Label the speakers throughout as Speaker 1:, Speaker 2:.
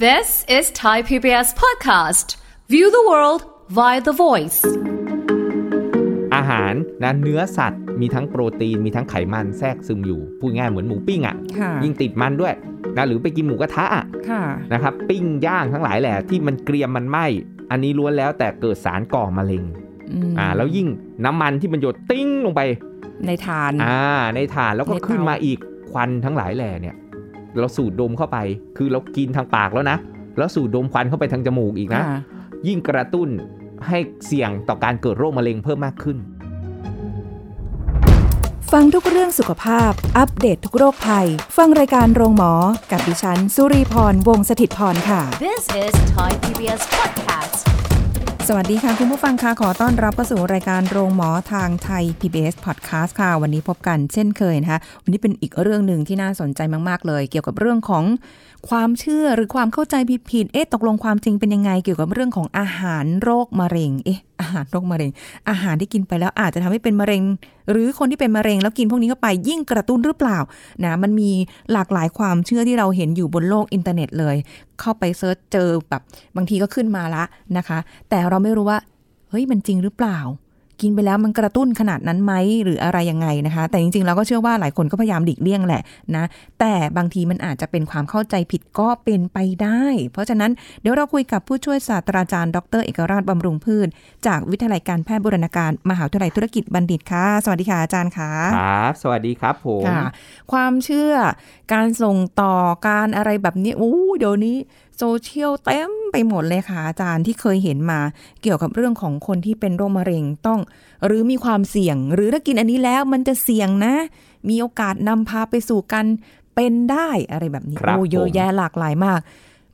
Speaker 1: This is Thai PBS podcast. View the world via the voice.
Speaker 2: อาหารนะเนื้อสัตว์มีทั้งโปรตีนมีทั้งไขมันแทรกซึมอยู่ พูดง่ายเหมือนหมูปิ้งอะ่ะ
Speaker 3: ค่ะ
Speaker 2: ยิ่งติดมันด้วยนะหรือไปกินหมูกระทะอะ
Speaker 3: ค่ะ
Speaker 2: นะครับ ปิ้งย่างทั้งหลายแหละที่มันเกรียมมันไหมอันนี้ล้วนแล้วแต่เกิดสารก่อมะเร็ง
Speaker 3: อืม
Speaker 2: อ่าแล้วยิ่งน้ำมันที่มันหยดติ้งลงไป
Speaker 3: ในทาน
Speaker 2: อ่าในถ่านแล้วก็
Speaker 3: ในเตา
Speaker 2: ขึ้นมาอีกควันทั้งหลายแหล่เนี่ยเราสูดดมเข้าไป คือเรากินทางปากแล้วนะแล้วสูดดมควันเข้าไปทางจมูกอีกนะ
Speaker 3: ค่ะ
Speaker 2: ยิ่งกระตุ้นให้เสี่ยงต่อการเกิดโรคมะเร็งเพิ่มมากขึ้น
Speaker 4: ฟังทุกเรื่องสุขภาพ อัปเดตทุกโรคภัย ฟังรายการโรงหมอ กับดิฉัน สุรีพร วงศสถิตพรค่ะ
Speaker 1: This is Thai PBS podcast.
Speaker 3: สวัสดีค่ะ คุณผู้ฟังค่ะ ขอต้อนรับเข้าสู่รายการโรงหมอทางไทย PBS Podcast ค่ะ วันนี้พบกันเช่นเคยนะคะ วันนี้เป็นอีกเรื่องหนึ่งที่น่าสนใจมาก ๆ เลย เกี่ยวกับเรื่องของความเชื่อหรือความเข้าใจผิดๆเอ๊ะตกลงความจริงเป็นยังไง เกี่ยวกับเรื่องของอาหารโรคมะเร็ง เอ๊ะ อาหารโรคมะเร็ง อาหารที่กินไปแล้วอาจจะทำให้เป็นมะเร็ง หรือคนที่เป็นมะเร็งแล้วกินพวกนี้เข้าไปยิ่งกระตุ้นหรือเปล่า นะ มันมีหลากหลายความเชื่อที่เราเห็นอยู่บนโลกอินเทอร์เน็ตเลย เข้าไปเซิร์ชเจอแบบบางทีก็ขึ้นมาละนะคะ แต่เราไม่รู้ว่า เฮ้ยมันจริงหรือเปล่า กินไปแล้วมันกระตุ้นขนาดนั้นไหมหรืออะไรยังไงนะคะ แต่จริงๆเราก็เชื่อว่าหลายคนก็พยายามหลีกเลี่ยงแหละนะแต่บางทีมันอาจจะเป็นความเข้าใจผิดก็เป็นไปได้ เพราะฉะนั้นเดี๋ยวเราคุยกับผู้ช่วยศาสตราจารย์ดรเอกราชบำรุงพืช จากวิทยาลัยการแพทย์บูรณาการมหาวิทยาลัยธุรกิจบัณฑิตค่ะ สวัสดีค่ะอาจารย์ค่ะ
Speaker 2: ครับ สวัสดีครับผม
Speaker 3: ค่ะความเชื่อการส่งต่อการอะไรแบบนี้โอ้เดี๋ยวนี้โซเชียลเต็มไปหมดเลยค่ะอาจารย์ที่เคยเห็นมา เกี่ยวกับเรื่องของคนที่เป็นโรคมะเร็งต้อง หรือมีความเสี่ยง หรือถ้ากินอันนี้แล้วมันจะเสี่ยงนะ มีโอกาสนำพาไปสู่การเป็นได้อะไรแบบนี้
Speaker 2: ครับ
Speaker 3: โอ้เยอะ
Speaker 2: ผม
Speaker 3: แยะหลากหลายมาก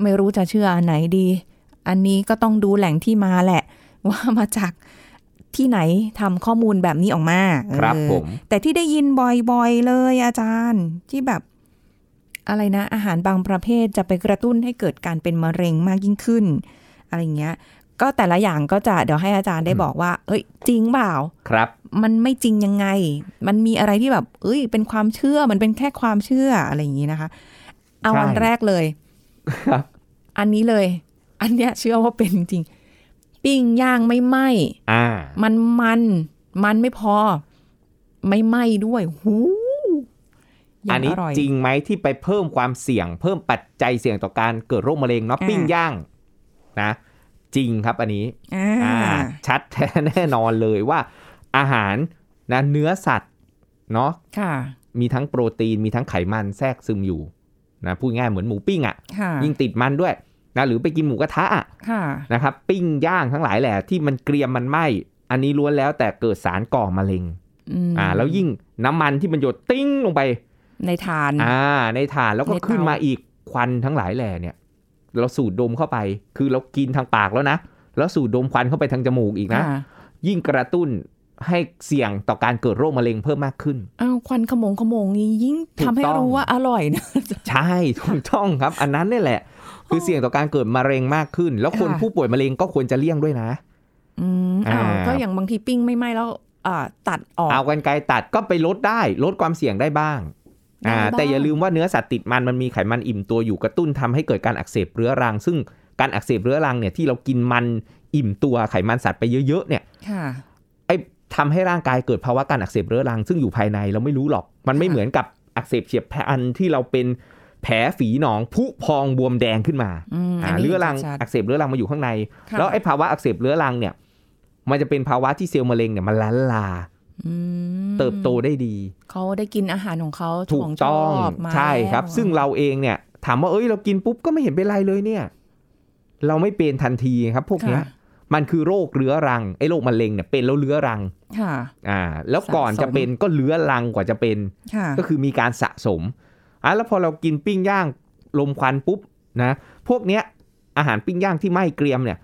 Speaker 3: ไม่รู้จะเชื่ออันไหนดี อันนี้ก็ต้องดูแหล่งที่มาแหละ ว่ามาจากที่ไหนทำข้อมูลแบบนี้ออกมา
Speaker 2: ครับ
Speaker 3: เออ
Speaker 2: ผม
Speaker 3: แต่ที่ได้ยินบ่อยๆเลยอาจารย์ที่แบบอะไรนะ อาหารบางประเภทจะไปกระตุ้นให้เกิดการเป็นมะเร็งมากยิ่งขึ้น อะไรเงี้ย ก็แต่ละอย่างก็จะเดี๋ยวให้อาจารย์ได้
Speaker 2: อืม
Speaker 3: บอกว่า เอ้ย จริงเปล่า
Speaker 2: ครับ
Speaker 3: มันไม่จริงยังไง มันมีอะไรที่แบบ เอ้ย เป็นความเชื่อมันเป็นแค่ความเชื่ออะไรอย่างนี้นะคะ เอา
Speaker 2: ใช่
Speaker 3: อันแรกเลย
Speaker 2: ครับ
Speaker 3: อันนี้เลย อันเนี้ยเชื่อว่าเป็นจริงๆปิ้งย่างไม่ไหม
Speaker 2: อ่า
Speaker 3: มันมันมันไม่พอ ไม่ไหม้ด้วยหู
Speaker 2: อั
Speaker 3: ยั
Speaker 2: น
Speaker 3: ง
Speaker 2: นี้
Speaker 3: อร่อย
Speaker 2: จริงไหมที่ไปเพิ่มความเสี่ยง เพิ่มปัจจัยเสี่ยงต่อการเกิดโรคมะเร็งเนาะ
Speaker 3: อ่า
Speaker 2: ปิ้งย่างนะ จริงครับอันนี้
Speaker 3: อ่า
Speaker 2: อ่า ชัดแท้ แน่นอนเลยว่า อาหารนะเนื้อสัตว์เนาะ
Speaker 3: ค่ะ
Speaker 2: มีทั้งโปรตีนมีทั้งไขมันแทรกซึมอยู่นะพูดง่ายเหมือนหมูปิ้งอะ
Speaker 3: ค่ะ
Speaker 2: ่ะ ยิ่งติดมันด้วยนะหรือไปกินหมูกระทะอ่ะ
Speaker 3: ค่ะ
Speaker 2: นะครับปิ้งย่างทั้งหลายแหละที่มันเกรียมมันไหมอันนี้ล้วนแล้วแต่เกิดสารก่อมะเร็ง
Speaker 3: อืม
Speaker 2: อ่าแล้วยิ่งน้ำมันที่มันหยดติ้งลงไป
Speaker 3: ในทาน
Speaker 2: อ่าในถ่านแล้วก็
Speaker 3: ในเตา
Speaker 2: ขึ้นมาอีกควันทั้งหลายแหล่เนี่ย เราสูดดมเข้าไป คือเรากินทางปากแล้วนะ แล้วสูดดมควันเข้าไปทางจมูกอีกนะ
Speaker 3: ค่
Speaker 2: ยิ่งกระตุ้นให้เสี่ยงต่อการเกิดโรคมะเร็งเพิ่มมากขึ้น
Speaker 3: อ้าวควันขโมงขโมงนี้ยิ่ง
Speaker 2: ถูก
Speaker 3: ทำให้
Speaker 2: ต้อง
Speaker 3: รู้ว่าอร่อยนะ
Speaker 2: ใช่ถูกต้องครับ อันนั้นเนี่ยแหละ คือเสี่ยงต่อการเกิดมะเร็งมากขึ้น แล้วคน
Speaker 3: ค่ะ
Speaker 2: ผู้ป่วยมะเร็งก็ควรจะเลี่ยงด้วยนะ
Speaker 3: อืมอ้าว
Speaker 2: อ่า
Speaker 3: ก็อย่างบางทีปิ้งไม่ไหม้แล้วอ่าตัดออก
Speaker 2: เอากันไกลตัดก็ไปลดได้ลดความเสี่ยงได้บ้าง อ่า
Speaker 3: ได้บ้าง
Speaker 2: แต่อย่าลืมว่าเนื้อสัตว์ติดมันมันมีไขมันอิ่มตัวอยู่กระตุ้นทำให้เกิดการอักเสบเรื้อรัง ซึ่งการอักเสบเรื้อรังเนี่ยที่เรากินมันอิ่มตัวไขมันสัตว์ไปเยอะๆเนี่ย
Speaker 3: ค่ะ
Speaker 2: ไอ้ทำให้ร่างกายเกิดภาวะการอักเสบเรื้อรัง ซึ่งอยู่ภายในเราไม่รู้หรอก มันไม่
Speaker 3: ค่ะ
Speaker 2: เหมือนกับอักเสบเฉียบพลันที่เราเป็นแผลฝีหนองผุพองบวมแดงขึ้นมา
Speaker 3: อืม
Speaker 2: อ่าน
Speaker 3: นี้
Speaker 2: เรื้อรัง
Speaker 3: ชัด
Speaker 2: อักเสบเรื้อรังมาอยู่ข้างใน
Speaker 3: ๆค่ะ
Speaker 2: แล้วไอ้ภาวะอักเสบเรื้อรังเนี่ยมันจะเป็นภาวะที่เซลล์มะเร็งเนี่ยมันล้านลา
Speaker 3: อืม
Speaker 2: เติบโตได้ดี
Speaker 3: เขาได้กินอาหารของเขา
Speaker 2: ถู
Speaker 3: ข
Speaker 2: ก
Speaker 3: อง
Speaker 2: ต้อง
Speaker 3: ชอบมา
Speaker 2: ใช่ครับ
Speaker 3: แล้ว
Speaker 2: ซึ่งเราเองเนี่ย ถามว่าเอ้ยเรากินปุ๊บก็ไม่เห็นเป็นไรเลยเนี่ย เราไม่เป็นทันทีครับ พวกเนี้ย
Speaker 3: ค่ะ
Speaker 2: มันคือโรคเรื้อรังไอ้โรคมะเร็งเนี่ยเป็นแล้วเรื้อรัง
Speaker 3: ค่ะ
Speaker 2: อ่า แล้วก่อน
Speaker 3: สะสม
Speaker 2: จะเป็นก็เรื้อรังกว่าจะเป็น
Speaker 3: ค่ะ
Speaker 2: ก็คือมีการสะสมอ่ะแล้วพอเรากินปิ้งย่างลมควันปุ๊บนะพวกเนี้ยอาหารปิ้งย่างที่ไหม้เกรียมเนี่ย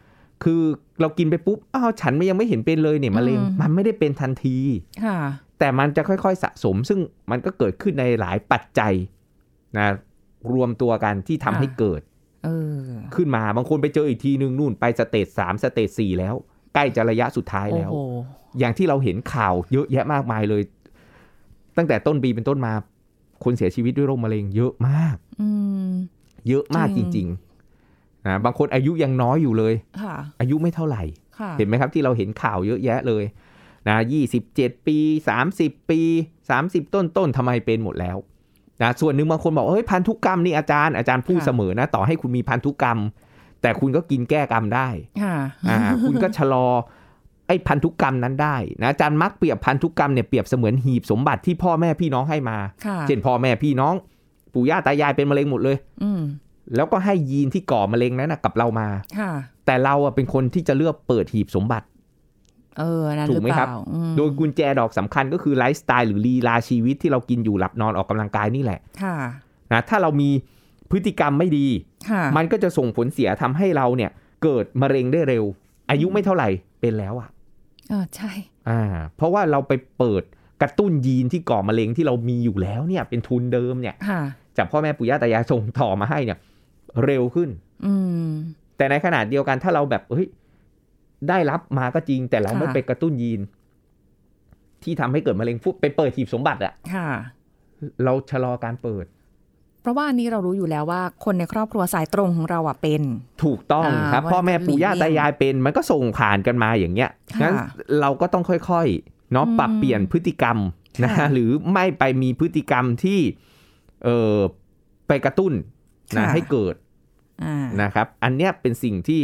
Speaker 2: คือเรากินไปปุ๊บอ้าวฉันมันยังไม่เห็นเป็นเลยเนี่ยมะเร็ง
Speaker 3: อืม
Speaker 2: มันไม่ได้เป็นทันที
Speaker 3: ค่ะ
Speaker 2: แต่มันจะค่อยๆสะสม ซึ่งมันก็เกิดขึ้นในหลายปัจจัยนะรวมตัวกันที่ทำ
Speaker 3: อ่า
Speaker 2: ให้เกิด
Speaker 3: เออ
Speaker 2: ขึ้นมาบางคนไปเจออีกทีนึงนู่นไปสเตจสามสเตจสี่แล้ว ใกล้จะระยะสุดท้าย
Speaker 3: โอ้
Speaker 2: แล้ว
Speaker 3: โห
Speaker 2: อย่างที่เราเห็นข่าวเยอะแยะมากมายเลย ตั้งแต่ต้นปีเป็นต้นมา คนเสียชีวิตด้วยโรคมะเร็งเยอะมาก
Speaker 3: อืม
Speaker 2: เยอะมากจ
Speaker 3: จริ
Speaker 2: ริง
Speaker 3: ง
Speaker 2: นะบางคนอายุยังน้อยอยู่เลย
Speaker 3: ค่ะ
Speaker 2: อายุไม่เท่าไหร่
Speaker 3: ค่ะ
Speaker 2: เห็นไหมครับที่เราเห็นข่าวเยอะแยะเลยนะ27 ปี 30 ปี 30 ต้นต้นๆทำไมเป็นหมดแล้วนะส่วนหนึ่งบางคนบอกเฮ้ยพันธุกรรมนี่อาจารย์อาจารย์พูด
Speaker 3: ค่ะ
Speaker 2: เสมอนะต่อให้คุณมีพันธุกรรม แต่คุณก็กินแก้กรรมได้
Speaker 3: ค่ะ
Speaker 2: อ่า คุณก็ชะลอไอ้พันธุกรรมนั้นได้นะอาจารย์มักเปรียบพันธุกรรมเนี่ยเปรียบเสมือนหีบสมบัติที่พ่อแม่พี่น้องให้มา
Speaker 3: ค่ะ
Speaker 2: เช่นพ่อแม่พี่น้อง ปู่ย่าตายายเป็นมะเร็งหมดเลย
Speaker 3: อืม
Speaker 2: แล้วก็ให้ยีนที่ก่อมะเร็งนั้นนะกับเรามา
Speaker 3: ค่ะ
Speaker 2: แต่เราอะเป็นคนที่จะเลือกเปิดหีบสมบัติ
Speaker 3: เออ นั่น
Speaker 2: ถู
Speaker 3: หรื
Speaker 2: ก
Speaker 3: อ
Speaker 2: ไหม
Speaker 3: เป
Speaker 2: ครั
Speaker 3: ล่า
Speaker 2: บ
Speaker 3: อืม
Speaker 2: โดยกุญแจดอกสำคัญก็คือไลฟ์สไตล์หรือลีลาชีวิตที่เรากินอยู่หลับนอนออกกำลังกายนี่แหละ
Speaker 3: ค่ะ
Speaker 2: นะถ้าเรามีพฤติกรรมไม่ดี
Speaker 3: ค่ะ
Speaker 2: มันก็จะส่งผลเสียทำให้เราเนี่ยเกิดมะเร็งได้เร็ว อายุไม่เท่าไหร่เป็นแล้วอ่ะ
Speaker 3: เออ ใช่
Speaker 2: อ่าเพราะว่าเราไปเปิดกระตุ้นยีนที่ก่อมะเร็งที่เรามีอยู่แล้วเนี่ยเป็นทุนเดิมเนี่ย
Speaker 3: ค่ะ
Speaker 2: จากพ่อแม่ปู่ย่าตายายส่งต่อมาให้เนี่ยเร็วขึ้น
Speaker 3: อืม
Speaker 2: แต่ในขณะเดียวกันถ้าเราแบบเฮ้ยได้รับมาก็จริง แต่เราไม่
Speaker 3: ค่ะ
Speaker 2: ไปกระตุ้นยีน ที่ทำให้เกิดมะเร็งฟุบไปเปิดหีบสมบัติอะ
Speaker 3: ค่ะ
Speaker 2: เราชะลอการเปิด
Speaker 3: เพราะว่าอันนี้เรารู้อยู่แล้วว่าคนในครอบครัวสายตรงของเราอ่ะเป็น
Speaker 2: ถูกต้อง
Speaker 3: อ่า
Speaker 2: ครับ
Speaker 3: ว่า
Speaker 2: พ่อแม่ปู่ย่า
Speaker 3: จะหลีก
Speaker 2: ตาย
Speaker 3: เลี่ง
Speaker 2: ยายเป็น มันก็ส่งผ่านกันมาอย่างเงี้ย
Speaker 3: ค่ะ
Speaker 2: งั้นเราก็ต้องค่อยๆเนาะ
Speaker 3: อืม
Speaker 2: ปรับเปลี่ยนพฤติกรรมนะ
Speaker 3: ค่ะ
Speaker 2: หรือไม่ไปมีพฤติกรรมที่เออไปกระตุ้นนะ
Speaker 3: ค่ะ
Speaker 2: ให้เกิด
Speaker 3: อ่า
Speaker 2: นะครับ อันเนี้ยเป็นสิ่งที่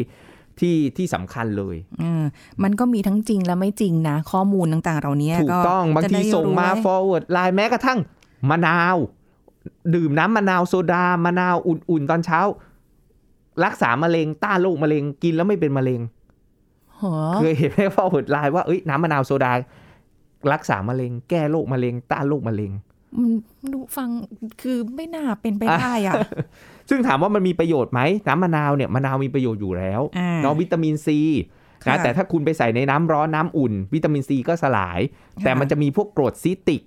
Speaker 2: ที่ที่สำคัญเลย
Speaker 3: เออมันก็มีทั้งจริงและไม่จริงนะ ข้อมูลต่างๆ เหล่านี้
Speaker 2: ถูกต้องบาง
Speaker 3: จะ
Speaker 2: ที
Speaker 3: ได้
Speaker 2: ส่งมา
Speaker 3: รู้ไว้
Speaker 2: forward ไลน์แม้กระทั่งมะนาว ดื่มน้ำมะนาวโซดามะนาวอุ่นๆ ตอนเช้า รักษามะเร็งต้านโรคมะเร็งกินแล้วไม่เป็นมะเร็ง
Speaker 3: หรอ
Speaker 2: เคยเห็นไหม forward ไลน์ว่าเอ้ยน้ำมะนาวโซดา รักษามะเร็ง แก้โรคมะเร็ง ต้านโรคมะเร็ง
Speaker 3: มันดูฟังคือไม่น่าเป็นไปได้อ่ะ
Speaker 2: ซึ่งถามว่ามันมีประโยชน์ไหมน้ำมะนาวเนี่ยมะนาวมีประโยชน์อยู่แล้ว
Speaker 3: อ่า
Speaker 2: เนาะวิตามินซีนะ
Speaker 3: ค่ะ
Speaker 2: แต่ถ้าคุณไปใส่ในน้ำร้อนน้ำอุ่น วิตามินซีก็สลาย แต่มันจะมีพวกกรดซิตริก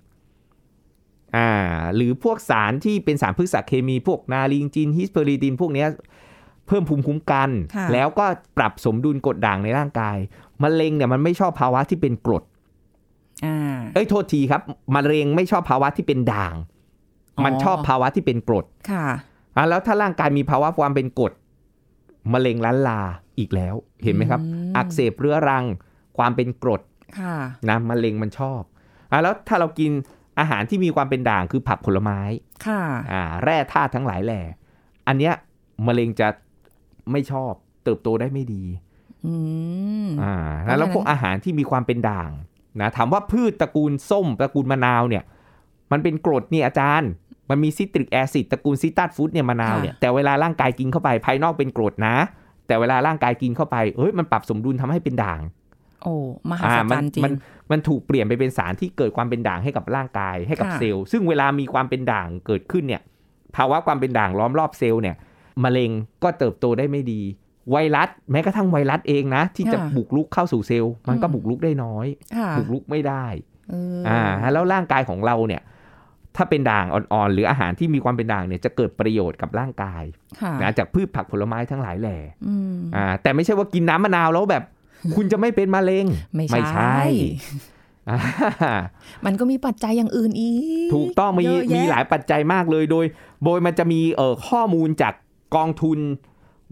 Speaker 2: อ่า หรือพวกสารที่เป็นสารพฤกษเคมีพวกนาลิงจินฮิสเปอริดินพวกเนี้ยเพิ่มภูมิคุ้มกัน
Speaker 3: ค่ะ
Speaker 2: แล้วก็ปรับสมดุลกรดด่างในร่างกายมะเร็งเนี่ยมันไม่ชอบภาวะที่เป็นกรด
Speaker 3: อ่า
Speaker 2: เอ้ยโทษทีครับมะเร็งไม่ชอบภาวะที่เป็นด่าง
Speaker 3: อ๋อ
Speaker 2: มันชอบภาวะที่เป็นกรด
Speaker 3: ค่ะ
Speaker 2: อ่ะแล้วถ้าร่างกายมีภาวะความเป็นกรดมะเร็งล้านลาอีกแล้ว เห็นไหมครับ
Speaker 3: อืม
Speaker 2: อักเสบเรื้อรัง ความเป็นกรด
Speaker 3: ค่ะ
Speaker 2: นะมะเร็งมันชอบอ่ะแล้วถ้าเรากินอาหารที่มีความเป็นด่างคือผักผลไม้
Speaker 3: ค่ะ
Speaker 2: อ่าแร่ธาตุทั้งหลายแหล่อันเนี้ยมะเร็งจะไม่ชอบเติบโตได้ไม่ดี
Speaker 3: อืม
Speaker 2: อ่านะ
Speaker 3: เพราะฉะนั้น
Speaker 2: แล้วพวกอาหารที่มีความเป็นด่างนะถามว่าพืชตระกูลส้มตระกูลมะนาวเนี่ยมันเป็นกรดนี่อาจารย์ มันมีซิตริกแอซิดตระกูลซิตรัสฟูดเนี่ยมะนาวเนี่ยแต่เวลาร่างกายกินเข้าไปภายนอกเป็นกรดนะ แต่เวลาร่างกายกินเข้าไปเอ้ยมันปรับสมดุลทำให้เป็นด่าง
Speaker 3: โอ้มหา
Speaker 2: อ่า
Speaker 3: ศา
Speaker 2: มัน
Speaker 3: ลจริ
Speaker 2: มั
Speaker 3: ง
Speaker 2: นมันถูกเปลี่ยนไปเป็นสารที่เกิดความเป็นด่างให้กับร่างกายให้กับ
Speaker 3: ค่ะ
Speaker 2: เซลล์ ซึ่งเวลามีความเป็นด่างเกิดขึ้นเนี่ย ภาวะความเป็นด่างล้อมรอบเซลล์เนี่ยมะเร็งก็เติบโตได้ไม่ดี ไวรัสแม้กระทั่งไวรัสเองนะ ที่จะบุกรุกเข้าสู่เซลล์ มันก็บุกรุกได้น้อย
Speaker 3: ค่ะ
Speaker 2: บุกรุกไม่ได้
Speaker 3: เอออ
Speaker 2: อ่าแล้วร่างกายของเราเนี่ย ถ้าเป็นด่างอ่อนๆ หรืออาหารที่มีความเป็นด่างเนี่ยจะเกิดประโยชน์กับร่างกาย
Speaker 3: ค่ะ
Speaker 2: นะจากพืชผักผลไม้ทั้งหลายแหล่
Speaker 3: อืม
Speaker 2: อ่าแต่ไม่ใช่ว่ากินน้ำมะนาวแล้วแบบ คุณจะไม่เป็นมะเร็ง
Speaker 3: ไม่ใช่
Speaker 2: อ่า
Speaker 3: มันก็มีปัจจัยอย่างอื่นอีก
Speaker 2: ถูกต้องมี
Speaker 3: เยะแะ
Speaker 2: มีหลายปัจจัยมากเลยโดย โดยมันจะมีเอ่อข้อมูลจากกองทุน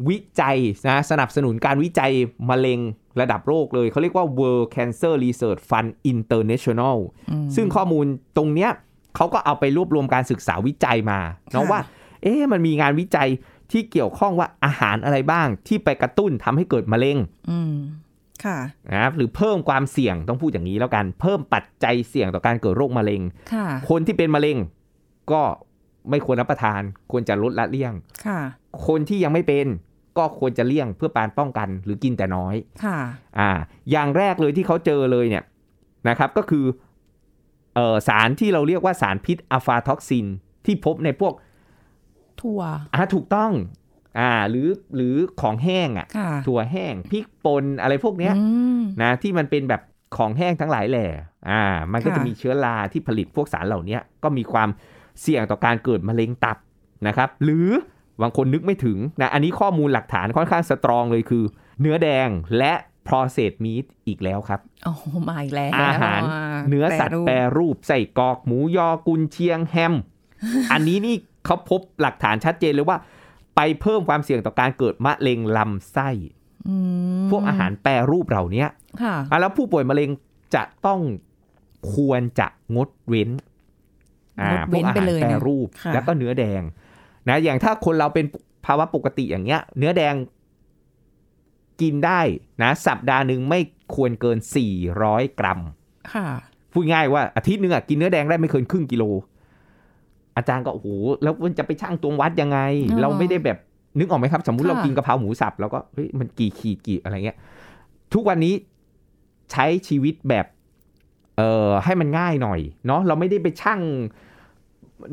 Speaker 2: วิจัยนะสนับสนุนการวิจัยมะเร็งระดับโลกเลย เขาเรียกว่า World Cancer Research Fund International
Speaker 3: อืม
Speaker 2: ซึ่งข้อมูลตรงเนี้ยเขาก็เอาไปรวบรวมการศึกษาวิจัยมาเนาะ
Speaker 3: ค่ะ
Speaker 2: ว่า เอ๊ะมันมีงานวิจัยที่เกี่ยวข้องว่าอาหารอะไรบ้างที่ไปกระตุ้นทำให้เกิดมะเร็ง
Speaker 3: อืม ค่ะ
Speaker 2: นะครับหรือเพิ่มความเสี่ยงต้องพูดอย่างนี้แล้วกัน เพิ่มปัจจัยเสี่ยงต่อการเกิดโรคมะเร็ง
Speaker 3: ค่ะ
Speaker 2: คนที่เป็นมะเร็งก็ไม่ควรรับประทาน ควรจะลดละเลี่ยง
Speaker 3: ค่ะ
Speaker 2: คนที่ยังไม่เป็นก็ควรจะเลี่ยงเพื่อการป้องกันหรือกินแต่น้อย
Speaker 3: ค่ะ
Speaker 2: อ่าอย่างแรกเลยที่เขาเจอเลยเนี่ยนะครับก็คือเออสารที่เราเรียกว่าสารพิษอะฟาท็อกซิน ที่พบในพวก
Speaker 3: ถั่ว
Speaker 2: อ่าถูกต้องอ่าหรือหรือของแห้งอะ
Speaker 3: ค่ะ
Speaker 2: ถั่วแห้งพริกป่นอะไรพวกเนี้ย
Speaker 3: อืม
Speaker 2: นะที่มันเป็นแบบของแห้งทั้งหลายแหล่อ่า มันก็
Speaker 3: ค่ะ
Speaker 2: จะมีเชื้อราที่ผลิตพวกสารเหล่าเนี้ยก็มีความเสี่ยงต่อการเกิดมะเร็งตับนะครับ หรือบางคนนึกไม่ถึงนะอันนี้ข้อมูลหลักฐานค่อนข้างสตรองเลยคือ เนื้อแดงและ processed meat อีกแล้วครับ
Speaker 3: โอ้โหมาอีกแล้ว
Speaker 2: อาหาร
Speaker 3: ะ
Speaker 2: เนื้อสัต
Speaker 3: รู
Speaker 2: ว์
Speaker 3: ป
Speaker 2: แปรรูปใส่กรอกหมูยอกุนเชียงแฮม อันนี้นี่เขาพบหลักฐานชัดเจนเลยว่า ไปเพิ่มความเสี่ยงต่อการเกิดมะเร็งลำไส้
Speaker 3: อืม
Speaker 2: พวกอาหารแปรรูปเหล่าเนี้ย
Speaker 3: ค่ะ
Speaker 2: อ่ะแล้วผู้ป่วยมะเร็งจะต้องควรจะงดเว้นอ่าง
Speaker 3: ดเว้นไปเลย
Speaker 2: พวกอาหารแปร
Speaker 3: นะ
Speaker 2: รูป
Speaker 3: ค่ะ
Speaker 2: แล้วก็เนื้อแดงนะอย่างถ้าคนเราเป็นภาวะปกติอย่างเงี้ย เนื้อแดงกินได้นะ สัปดาห์หนึ่งไม่ควรเกิน 400 กรัม
Speaker 3: ค่ะ
Speaker 2: พูดง่ายว่าอาทิตย์หนึ่งอะกินเนื้อแดงได้ไม่เกินครึ่งกิโล อาจารย์ก็โอ้โหแล้วมันจะไปชั่งตวงวัดยังไง
Speaker 3: อ๋อ
Speaker 2: เราไม่ได้แบบนึกออกไหมครับ สมมติ
Speaker 3: ค่ะ
Speaker 2: เรากินกะเพราหมูสับ แล้วก็เฮ้ยมันกี่ขีดกี่อะไรเงี้ย ทุกวันนี้ใช้ชีวิตแบบเอ่อให้มันง่ายหน่อยเนาะเราไม่ได้ไปชั่ง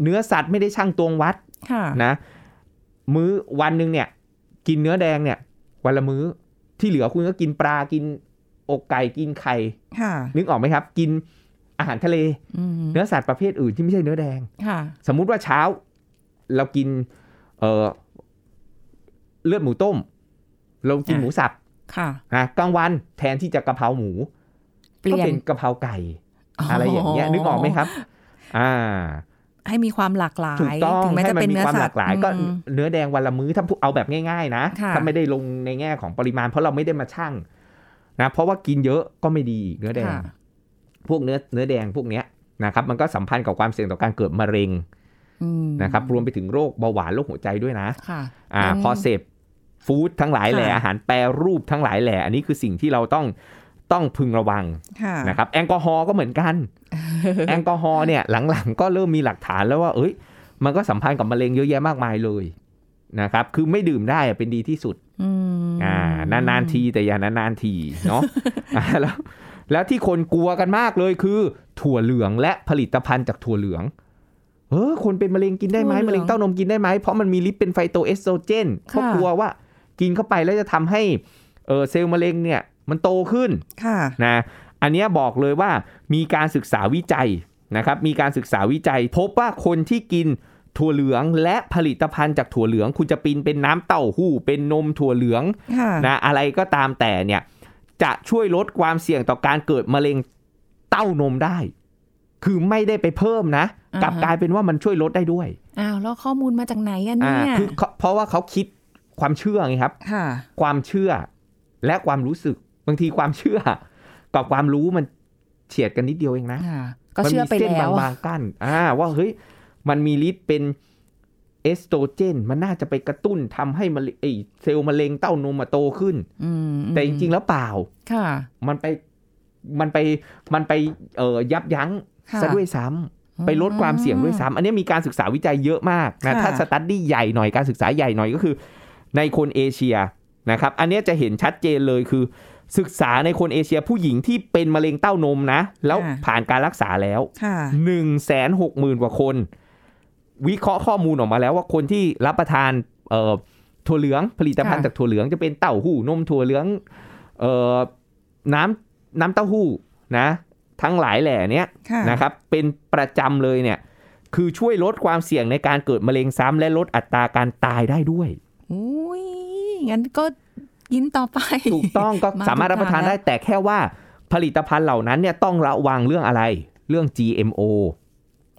Speaker 2: เนื้อสัตว์ไม่ได้ชั่งตวงวัด
Speaker 3: ค่ะ
Speaker 2: นะ มื้อวันหนึ่งเนี่ย กินเนื้อแดงเนี่ย วันละมื้อที่เหลือคุณก็กินปลากินอกไก่กินไข่
Speaker 3: ค่ะ
Speaker 2: นึกออกไหมครับ กินอาหารทะเล
Speaker 3: อืม
Speaker 2: เนื้อสัตว์ประเภทอื่นที่ไม่ใช่เนื้อแดง
Speaker 3: ค่ะ
Speaker 2: สมมุติว่าเช้า เรากินเอ่อเลือดหมูต้ม เรากิน
Speaker 3: อ่ะ
Speaker 2: หมูสับ
Speaker 3: ค่ะ
Speaker 2: นะกลางวันแทนที่จะกะเพราหมู
Speaker 3: เปลี่
Speaker 2: ก็
Speaker 3: ยน
Speaker 2: เป็นกะเพราไก่อะไรอย่างเงี้ยนึกออกไหมครับ อ่า
Speaker 3: ให้มีความหลากหลา
Speaker 2: ถูก
Speaker 3: ย
Speaker 2: ต้อง
Speaker 3: ถึงแม้
Speaker 2: ให้
Speaker 3: จะ
Speaker 2: มั
Speaker 3: เป็น
Speaker 2: มี
Speaker 3: เนื้อ
Speaker 2: ความ
Speaker 3: สั
Speaker 2: ห
Speaker 3: ต
Speaker 2: ลาก
Speaker 3: ว์
Speaker 2: หลายก็
Speaker 3: อืม
Speaker 2: เนื้อแดงวันละมื้อถ้าพูดเอาแบบง่าย ๆ นะ
Speaker 3: ค่ะ
Speaker 2: ถ้าไม่ได้ลงในแง่ของปริมาณ เพราะเราไม่ได้มาชั่งนะเพราะว่ากินเยอะก็ไม่ดีเนื้อแดง
Speaker 3: ค่ะ
Speaker 2: พวกเนื้อเนื้อแดงพวกเนี้ยนะครับมันก็สัมพันธ์กับความเสี่ยงต่อการเกิดมะเร็ง
Speaker 3: อืม
Speaker 2: นะครับรวมไปถึงโรคเบาหวานโรคหัวใจด้วยนะ
Speaker 3: ค่ะ
Speaker 2: อ่า
Speaker 3: อืม
Speaker 2: พอเสพฟู้ดทั้งหลายแหล่
Speaker 3: ค่ะ
Speaker 2: อาหารแปรรูปทั้งหลายแหล่อันนี้คือสิ่งที่เราต้องต้องพึงระวัง
Speaker 3: ค่ะ
Speaker 2: นะครับแอลกอฮอล์ก็เหมือน กันแอลกอฮอล์เนี่ยหลังๆ ก็เริ่มมีหลักฐานแล้วว่า เอ้ย มันก็สัมพันธ์กับมะเร็งเยอะแยะมากมายเลยนะครับคือไม่ดื่มได้อะเป็นดีที่สุด
Speaker 3: อืม
Speaker 2: อ่านานๆทีแต่อย่านานๆทีเนา ะ อ่าแล้วแล้วที่คนกลัวกันมากเลยคือ ถั่วเหลืองและผลิตภัณฑ์จากถั่วเหลืองเออคนเป็นมะเร็งกินได้ไหมมะเร็งเต้านมกินได้ไหมเพราะมันมีลิปเป็นไฟโตเอสโตรเจนเขากลัวว่ากินเข้าไปแล้วจะทำให้เออเซลล์มะเร็งเนี่ยมันโตขึ้น
Speaker 3: ค่ะ
Speaker 2: นะอันเนี้ยบอกเลยว่ามีการศึกษาวิจัยนะครับ มีการศึกษาวิจัย พบว่าคนที่กินถั่วเหลืองและผลิตภัณฑ์จากถั่วเหลือง คุณจะปินเป็นน้ำเต้าหู้ เป็นนมถั่วเหลือง
Speaker 3: ค่ะ
Speaker 2: นะอะไรก็ตามแต่เนี่ยจะช่วยลดความเสี่ยงต่อการเกิดมะเร็งเต้านมได้ คือไม่ได้ไปเพิ่มนะ
Speaker 3: อ่าฮะ
Speaker 2: กลับกลายเป็นว่ามันช่วยลดได้ด้วย
Speaker 3: อ้าวแล้วข้อมูลมาจากไหนอัน
Speaker 2: อ่า
Speaker 3: เนี่ย
Speaker 2: คือเขาเพราะว่าเขาคิดความเชื่อไงครับ
Speaker 3: ค่ะ
Speaker 2: ความเชื่อและความรู้สึกบางทีความเชื่อ กับความรู้มันเฉียดกันนิดเดียวเองนะ
Speaker 3: ค่ะ ก็เชื่อ
Speaker 2: มั
Speaker 3: ไป
Speaker 2: นมีเส้น
Speaker 3: แล้ว
Speaker 2: บางๆกั้นอ่าว่าเฮ้ยมันมีฤทธิ์เป็นเอสโตรเจน มันน่าจะไปกระตุ้นทำให้มะเร็งไอ้เซลล์มะเร็งเต้านมมาโตขึ้น
Speaker 3: อืมอืม
Speaker 2: แต่จริงๆแล้วเปล่า
Speaker 3: ค่ะ
Speaker 2: มันไปมันไปมันไปเอ่อยับยั้ง
Speaker 3: ค่ะ
Speaker 2: ซะด้วยซ้ำไปลดความเสี่ยงด้วยซ้ำอันนี้มีการศึกษาวิจัยเยอะมากนะ
Speaker 3: ค่ะ
Speaker 2: ถ้าสตัดดี้ใหญ่หน่อยการศึกษาใหญ่หน่อยก็คือ ในคนเอเชียนะครับ อันเนี้ยจะเห็นชัดเจนเลยคือ ศึกษาในคนเอเชียผู้หญิงที่เป็นมะเร็งเต้านมนะ แล้วผ่านการรักษาแล้ว
Speaker 3: ค่ะ
Speaker 2: 1นึ0 0 0 0 กว่าคน วิเคราะห์ข้อมูลออกมาแล้วว่าคนที่รับประทานเอ่อถั่วเหลืองผลิตภัณฑ์
Speaker 3: ค่ะ
Speaker 2: จากถั่วเหลืองจะเป็นเต้าหู้นมถั่วเหลืองเอ่อน้ำน้ำเต้าหู้นะ ทั้งหลายแหล่เนี้ย
Speaker 3: ค่ะ
Speaker 2: นะครับเป็นประจำเลยเนี่ยคือช่วยลดความเสี่ยงในการเกิดมะเร็งซ้ำและลดอัตราการตายได้ด้วย
Speaker 3: อุ้ยงั้นก็กินต่อไป
Speaker 2: ถูกต้องก็
Speaker 3: มา
Speaker 2: สามารถ
Speaker 3: ถู
Speaker 2: รั
Speaker 3: ก
Speaker 2: บประทาน
Speaker 3: ทางแล้ว
Speaker 2: ได้แต่แค่ว่าผลิตภัณฑ์เหล่านั้นเนี่ยต้องระวังเรื่องอะไร เรื่อง GMO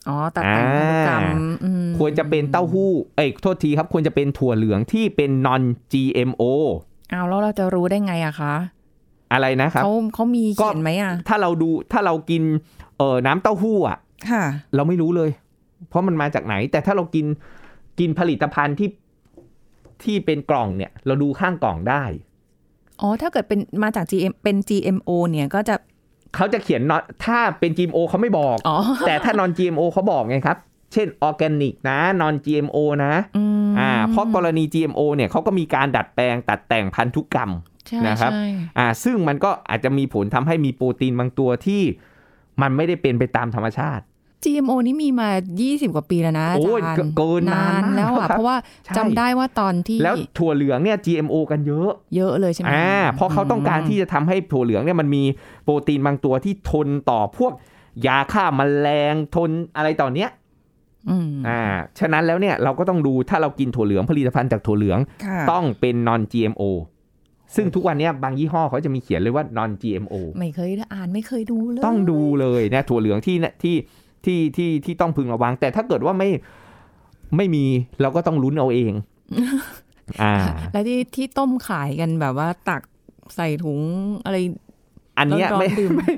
Speaker 3: อ๋อตัดแต่งพันธุกรรมอืม
Speaker 2: ควรจะเป็นเต้าหู้เอ้ยโทษทีครับ ควรจะเป็นถั่วเหลืองที่เป็น non GMO
Speaker 3: เอาแล้วเราจะรู้ได้ไงอะคะ
Speaker 2: อะไรนะครับ
Speaker 3: เขาเขามี
Speaker 2: ก็
Speaker 3: เขียนไหมอะ
Speaker 2: ถ้าเราดูถ้าเรากินเอ่อน้ำเต้าหู้อะ
Speaker 3: ค่ะ
Speaker 2: เราไม่รู้เลย เพราะมันมาจากไหน แต่ถ้าเรากินกินผลิตภัณฑ์ที่ที่เป็นกล่องเนี่ย เราดูข้างกล่องได้
Speaker 3: อ๋อ ถ้าเกิดเป็นมาจาก GM เป็น GMO เนี่ยก็จะ
Speaker 2: เขาจะเขียน not ถ้าเป็น GMO เขาไม่บอก
Speaker 3: อ๋อ
Speaker 2: แต่ถ้านอน GMO เขาบอกไงครับ เช่นออร์แกนิกนะนอน GMO นะ
Speaker 3: อืม
Speaker 2: อ่าเพราะกรณี GMO เนี่ยเขาก็มีการดัดแปลงตัดแต่งพันธุกรรม
Speaker 3: ใช่
Speaker 2: นะครับ
Speaker 3: ใช่
Speaker 2: อ่าซึ่งมันก็อาจจะมีผลทำให้มีโปรตีนบางตัวที่มันไม่ได้เป็นไปตามธรรมชาติ
Speaker 3: GMO นี่มีมา 20 กว่าปีแล้วนะอา
Speaker 2: โอ้ย
Speaker 3: จาร
Speaker 2: เกิ
Speaker 3: ย์
Speaker 2: นเกินนานมาก
Speaker 3: แล้ว
Speaker 2: ครั
Speaker 3: อ่ะ
Speaker 2: บ
Speaker 3: เพราะว่า
Speaker 2: ใช่
Speaker 3: จำได้ว่าตอนที่
Speaker 2: แล้วถั่วเหลืองเนี่ย GMO กันเยอะ
Speaker 3: เยอะเลยใช่ไหม
Speaker 2: อ่าเพราะเขาต้องการที่จะทำให้ถั่วเหลืองเนี่ยมันมีโปรตีนบางตัวที่ทนต่อพวกยาฆ่าแมลงทนอะไรต่อเนี้ย
Speaker 3: อืม
Speaker 2: อ่า ฉะนั้นแล้วเนี่ยเราก็ต้องดูถ้าเรากินถั่วเหลืองผลิตภัณฑ์จากถั่วเหลือง
Speaker 3: ค่ะ
Speaker 2: ต้องเป็น non GMO ซึ่งทุกวันเนี้ยบางยี่ห้อเขาจะมีเขียนเลยว่า non GMO
Speaker 3: ไม่เคยได้อ่านไม่เคยดูเลย
Speaker 2: ต้องดูเลยนะถั่วเหลืองที่ที่ ที่ที่ที่ต้องพึงระวัง แต่ถ้าเกิดว่าไม่ไม่มีเราก็ต้องลุ้นเอาเอง อ่า
Speaker 3: และที่ที่ต้มขายกันแบบว่าตักใส่ถุงอะไร
Speaker 2: อันเนี้ย
Speaker 3: ร้อนๆ
Speaker 2: ไม่
Speaker 3: ดื่ม
Speaker 2: ไม่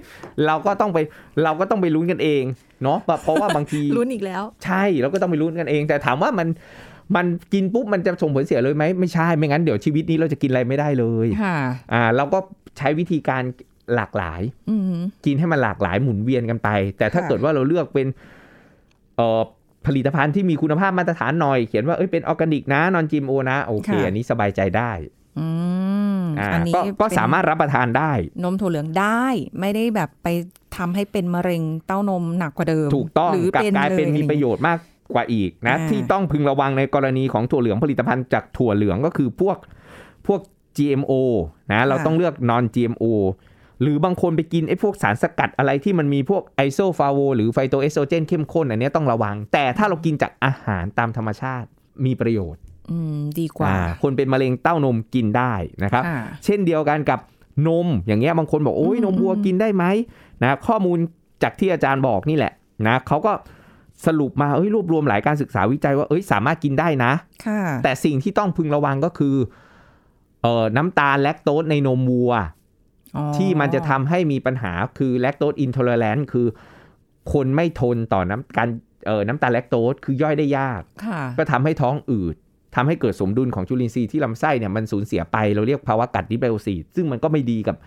Speaker 2: เราก็ต้องไปเราก็ต้องไปลุ้นกันเองเนาะเพราะว่าบางที
Speaker 3: ลุ้นอีกแล้ว
Speaker 2: ใช่เราก็ต้องไปลุ้นกันเอง แต่ถามว่ามันมันกินปุ๊บมันจะส่งผลเสียเลยไหมไม่ใช่ไม่งั้นเดี๋ยวชีวิตนี้เราจะกินอะไรไม่ได้เลย
Speaker 3: ค่ะ
Speaker 2: อ่าเราก็ใช้วิธีการหลากหลาย
Speaker 3: อืม
Speaker 2: กินให้มันหลากหลายหมุนเวียนกันไป แต่ถ้า
Speaker 3: ค่ะ
Speaker 2: เกิดว่าเราเลือกเป็นเอ่อผลิตภัณฑ์ที่มีคุณภาพมาตรฐานหน่อย เขียนว่าเอ้ยเป็นออร์แกนิกนะนอนจิมโอนะโอเค อันนี้สบายใจได้
Speaker 3: อืม
Speaker 2: อ่า
Speaker 3: อันนี้
Speaker 2: ก็ก็
Speaker 3: เป็น
Speaker 2: สามารถรับประทานได้
Speaker 3: นมถั่วเหลืองได้ ไม่ได้แบบไปทำให้เป็นมะเร็งเต้านมหนักกว่าเดิม
Speaker 2: ถูกต้อง
Speaker 3: หรื
Speaker 2: กลับกลายเป็น
Speaker 3: อ
Speaker 2: มี
Speaker 3: อา
Speaker 2: ป
Speaker 3: ง
Speaker 2: ระ
Speaker 3: งี้
Speaker 2: โยชน์มากกว่าอีกนะ
Speaker 3: อ่า
Speaker 2: ที่ต้องพึงระวังในกรณีของถั่วเหลืองผลิตภัณฑ์จากถั่วเหลืองก็คือพวกพวก GMO นะเราต้องเลือก non GMO หรือบางคนไปกินไอ้พวกสารสกัดอะไรที่มันมีพวกไอโซฟาโวหรือไฟโตเอสโตรเจนเข้มข้นอันเนี้ยต้องระวัง แต่ถ้าเรากินจากอาหารตามธรรมชาติมีประโยชน์
Speaker 3: อืมดีกว่า
Speaker 2: อ่าคนเป็นมะเร็งเต้านมกินได้นะครับ
Speaker 3: ค่ะ
Speaker 2: เช่นเดียวกันกับนมอย่างเงี้ยบางคนบอกโอ้ย
Speaker 3: อืม
Speaker 2: นมวัว
Speaker 3: อืม
Speaker 2: กินได้ไหมนะข้อมูลจากที่อาจารย์บอกนี่แหละนะเขาก็สรุปมาเอ้ยรวบรวมหลายการศึกษาวิจัยว่าเอ้ยสามารถกินได้นะ
Speaker 3: ค่ะ
Speaker 2: แต่สิ่งที่ต้องพึงระวังก็คือเอ่อน้ำตาลแลคโตสในนมวัว
Speaker 3: อ๋อ
Speaker 2: ที่มันจะทำให้มีปัญหาคือแลคโตสอินท l e แ a น t คือ คนไม่ทนต่อน้ำการเอ่อน้ำตาลแลคโตสคือย่อยได้ยาก
Speaker 3: ค่ะ
Speaker 2: ก็ทำให้ท้องอืดทำให้เกิดสมดุลของจุลินทรีย์ที่ลำไส้เนี่ยมันสูญเสียไปเราเรียกภาวะกัดดิสไบโอซีสซึ่งมันก็ไม่ดีกับ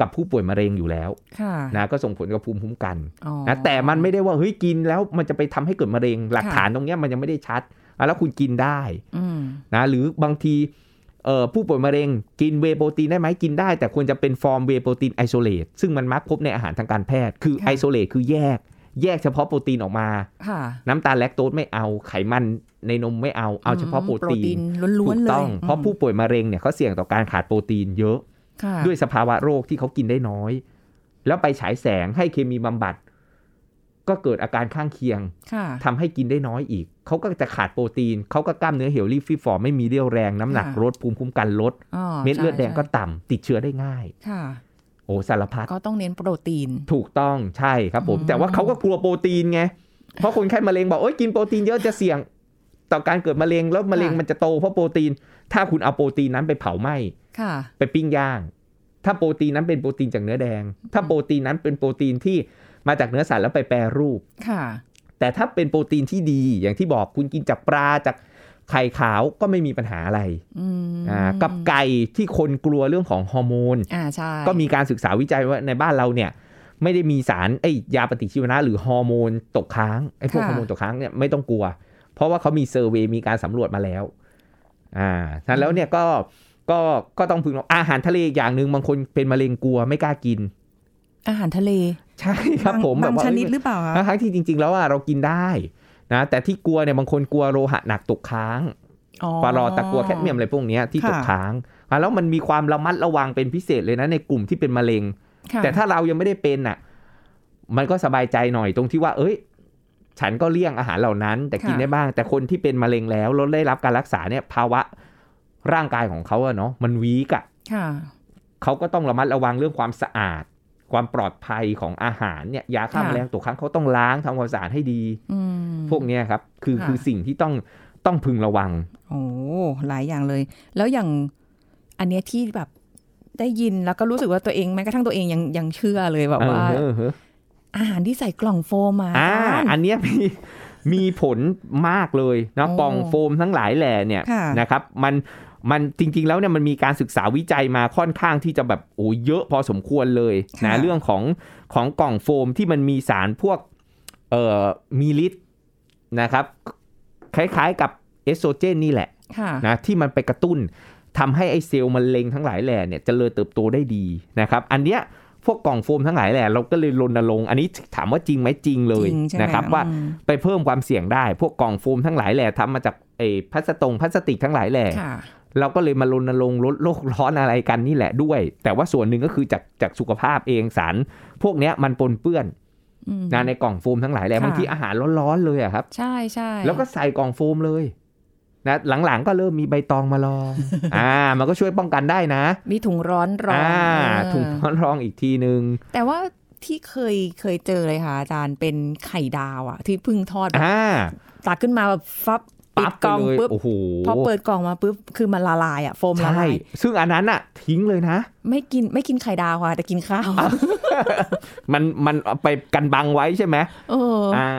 Speaker 2: กับผู้ป่วยมะเร็งอยู่แล้ว
Speaker 3: ค่ะ
Speaker 2: นะก็ส่งผลกับภูมิคุ้มกัน
Speaker 3: อ๋อ
Speaker 2: นะแต่มันไม่ได้ว่าเฮ้ยกินแล้วมันจะไปทำให้เกิดมะเร็ง หลัก
Speaker 3: ค่ะ
Speaker 2: ฐานตรงเนี้ยมันยังไม่ได้ชัดอ่ะแล้วคุณกินได้
Speaker 3: อืม
Speaker 2: นะหรือบางทีเอ่อผู้ป่วยมะเร็ง กินเวโปรตีนได้ไหมกินได้ แต่ควรจะเป็นฟอร์มเวโปรตีนไอโซเลตซึ่งมันมักพบในอาหารทางการแพทย์คือไอโซเลตคือแยก แยกเฉพาะโปรตีนออกมา
Speaker 3: ค่ะ
Speaker 2: น้ำตาลแลคโตสไม่เอาไขมันในนมไม่เอาเอาเฉพาะโปร
Speaker 3: โปร
Speaker 2: ตี
Speaker 3: ตี
Speaker 2: น
Speaker 3: นล้
Speaker 2: ถู
Speaker 3: วน
Speaker 2: ก
Speaker 3: ๆเลย
Speaker 2: ต้องเพราะผู้ป่วยมะเร็งเนี่ยเขาเสี่ยงต่อการขาดโปรตีนเยอะ
Speaker 3: ค่ะ
Speaker 2: ด้วยสภาวะโรคที่เขากินได้น้อย แล้วไปฉายแสงให้เคมีบำบัด ก็เกิดอาการข้างเคียง
Speaker 3: ค่ะ
Speaker 2: ทำให้กินได้น้อยอีก เขาก็จะขาดโปรตีน เขาก็กล้ามเนื้อเหี่ยวรีบฟีฟอร์มไม่มีเรี่ยวแรงน้ำหนัก
Speaker 3: ค่ะ
Speaker 2: ลดภูมิคุ้มกันลด
Speaker 3: อ๋อ
Speaker 2: เม็ดเลือดแดงก็
Speaker 3: ใช่
Speaker 2: ต่ำติดเชื้อได้ง่าย
Speaker 3: ค่ะ
Speaker 2: โอ้สารพัด
Speaker 3: ก็ต้องเน้นโปรตีน
Speaker 2: ถูกต้องใช่ครับผม
Speaker 3: อืม
Speaker 2: แต่ว่าเขาก็กลัวโปรตีนไง เพราะคนไข้มะเร็งบอกโอ๊ยกินโปรตีนเยอะจะเสี่ยง ต่อการเกิดมะเร็งแล้วมะเร็งมันจะโตเพราะโปรตีน ถ้าคุณเอาโปรตีนนั้นไปเผาไหม
Speaker 3: ค่ะ
Speaker 2: ไปปิ้งย่าง ถ้าโปรตีนนั้นเป็นโปรตีนจากเนื้อแดง ถ้าโปรตีนนั้นเป็นโปรตีนที่มาจากเนื้อสัตว์แล้วไปแปรรูป
Speaker 3: ค่ะ
Speaker 2: แต่ถ้าเป็นโปรตีนที่ดีอย่างที่บอกคุณกินจากปลาจากไข่ขาวก็ไม่มีปัญหาอะไร
Speaker 3: อืม
Speaker 2: อ่ากับไก่ที่คนกลัวเรื่องของฮอร์โมน
Speaker 3: อ่าใช่
Speaker 2: ก็มีการศึกษาวิจัยว่าในบ้านเราเนี่ย ไม่ได้มีสารไอ้ยยาปฏิชีวนะ หรือฮอร์โมนตกค้างไอ้พวก
Speaker 3: ค่ะ
Speaker 2: ฮอร์โมนตกค้างเนี่ยไม่ต้องกลัว เพราะว่าเขามีเซอร์เวยมีการสำรวจมาแล้วอ่าฉะนั้นแล้วเนี่ยก็ก็ก็ต้องพึงระวังอาหารทะเลอีกอย่างหนึ่งบางคนเป็นมะเร็งกลัวไม่กล้ากิน
Speaker 3: อาหารทะเล
Speaker 2: ใช่ครับผมแบบ
Speaker 3: าง
Speaker 2: บว่า
Speaker 3: ชนิด
Speaker 2: เอ้ย
Speaker 3: หรือเปล่าคะ
Speaker 2: ทั้งๆที่จริง ๆ แล้วว่าเรากินได้นะแต่ที่กลัวเนี่ยบางคนกลัวโลหะหนักตกค้าง
Speaker 3: อ๋อ
Speaker 2: ปลารอตะกัวแคดเมียมอะไรพวกเนี้ยที่
Speaker 3: ค่ะ
Speaker 2: ตกค้างอ่ะแล้วมันมีความระมัดระวังเป็นพิเศษเลยนะในกลุ่มที่เป็นมะเร็ง
Speaker 3: ค่ะ
Speaker 2: แต่ถ้าเรายังไม่ได้เป็นน่ะ มันก็สบายใจหน่อยตรงที่ว่า เอ้ย ฉันก็เลี่ยงอาหารเหล่านั้น แต่กินได้บ้าง แต่คนที่เป็นมะเร็งแล้วแล้วได้รับการรักษาเนี่ย ภาวะร่างกายของเขาอะเนาะมันวีกอะ
Speaker 3: ค่ะ
Speaker 2: เขาก็ต้องระมัดระวังเรื่องความสะอาด ความปลอดภัยของอาหารเนี่ยยาฆ่า
Speaker 3: ค่ะ
Speaker 2: แมลงตกค้างเขาต้องล้างทำความสะอาดให้ดี
Speaker 3: อืม
Speaker 2: พวกเนี้ยครับ คือ
Speaker 3: ค่ะ
Speaker 2: คือสิ่งที่ต้องต้องพึงระวัง
Speaker 3: โอ้หลายอย่างเลย แล้วอย่างอันเนี้ยที่แบบได้ยินแล้วก็รู้สึกว่าตัวเองแม้กระทั่งตัวเองยังยังเชื่อเลยแบบว่า
Speaker 2: เออเออ
Speaker 3: อาหารที่ใส่กล่องโฟมมา
Speaker 2: อ่า
Speaker 3: ทาน
Speaker 2: อันเนี้ย มีมีผลมากเลยนะ
Speaker 3: โอ้
Speaker 2: กล่องโฟมทั้งหลายแหล่เนี่ย
Speaker 3: ค่ะ
Speaker 2: นะครับมันมันจริง ๆ แล้วเนี่ยมันมีการศึกษาวิจัยมาค่อนข้างที่จะแบบโอ้เยอะพอสมควรเลยนะเรื่องของของกล่องโฟมที่มันมีสารพวกเอ่อมีลิตรนะครับ คล้ายๆกับเอสโตรเจนนี่แหละ
Speaker 3: ค่ะ
Speaker 2: นะที่มันไปกระตุ้นทำให้ไอเซลล์มะเร็งทั้งหลายแหล่เนี่ยเจริญเติบโตได้ดีนะครับอันเนี้ยพวกกล่องโฟมทั้งหลายแหล่เราก็เลยรณรงค์อันนี้ถามว่าจริงไหมจริงเลย
Speaker 3: จริงใช่ไหม
Speaker 2: นะครับว่า
Speaker 3: อืม
Speaker 2: ไปเพิ่มความเสี่ยงได้ พวกกล่องโฟมทั้งหลายแหล่ทำมาจากไอ้พลาสตรงพลาสติกทั้งหลายแหล่
Speaker 3: ค่ะ
Speaker 2: เราก็เลยมารณรงค์ลดโลกร้อนอะไรกันนี่แหละด้วย แต่ว่าส่วนหนึ่งก็คือจากจากสุขภาพเองสารพวกเนี้ยมันปนเปื้อน
Speaker 3: อืม
Speaker 2: นะในกล่องโฟมทั้งหลายแหล่
Speaker 3: ค่ะ
Speaker 2: บางทีอาหารร้อนๆเลยอะครับ
Speaker 3: ใช่ใช่
Speaker 2: แล้วก็ใส่กล่องโฟมเลยนะหลังๆก็เริ่มมีใบตองมาลอง อ่า มันก็ช่วยป้องกันได้นะ
Speaker 3: มีถุงร้อนรอง
Speaker 2: อ่า
Speaker 3: เออ
Speaker 2: ถุงร้อนรองอีกทีนึง
Speaker 3: แต่ว่าที่เคยเคยเจอเลยค่ะอาจารย์เป็นไข่ดาวอะที่เพิ่งทอดแบบ
Speaker 2: อ่า
Speaker 3: ตักขึ้นมาแบบฟับ
Speaker 2: ปั๊บ
Speaker 3: ปิดกล่อง
Speaker 2: ไปเลย
Speaker 3: ปุ๊บ
Speaker 2: โอ้โห
Speaker 3: พอเปิดกล่องมาปุ๊บคือมันละลายอะโฟมละ
Speaker 2: ใช่
Speaker 3: ลาย
Speaker 2: ซึ่งอันนั้นอะทิ้งเลยนะ
Speaker 3: ไม่กินไม่กินไข่ดาวค่ะ แต่กินข้าว
Speaker 2: มันมันเอาไปกันบังไว้ใช่ไหม
Speaker 3: เออ
Speaker 2: อ่า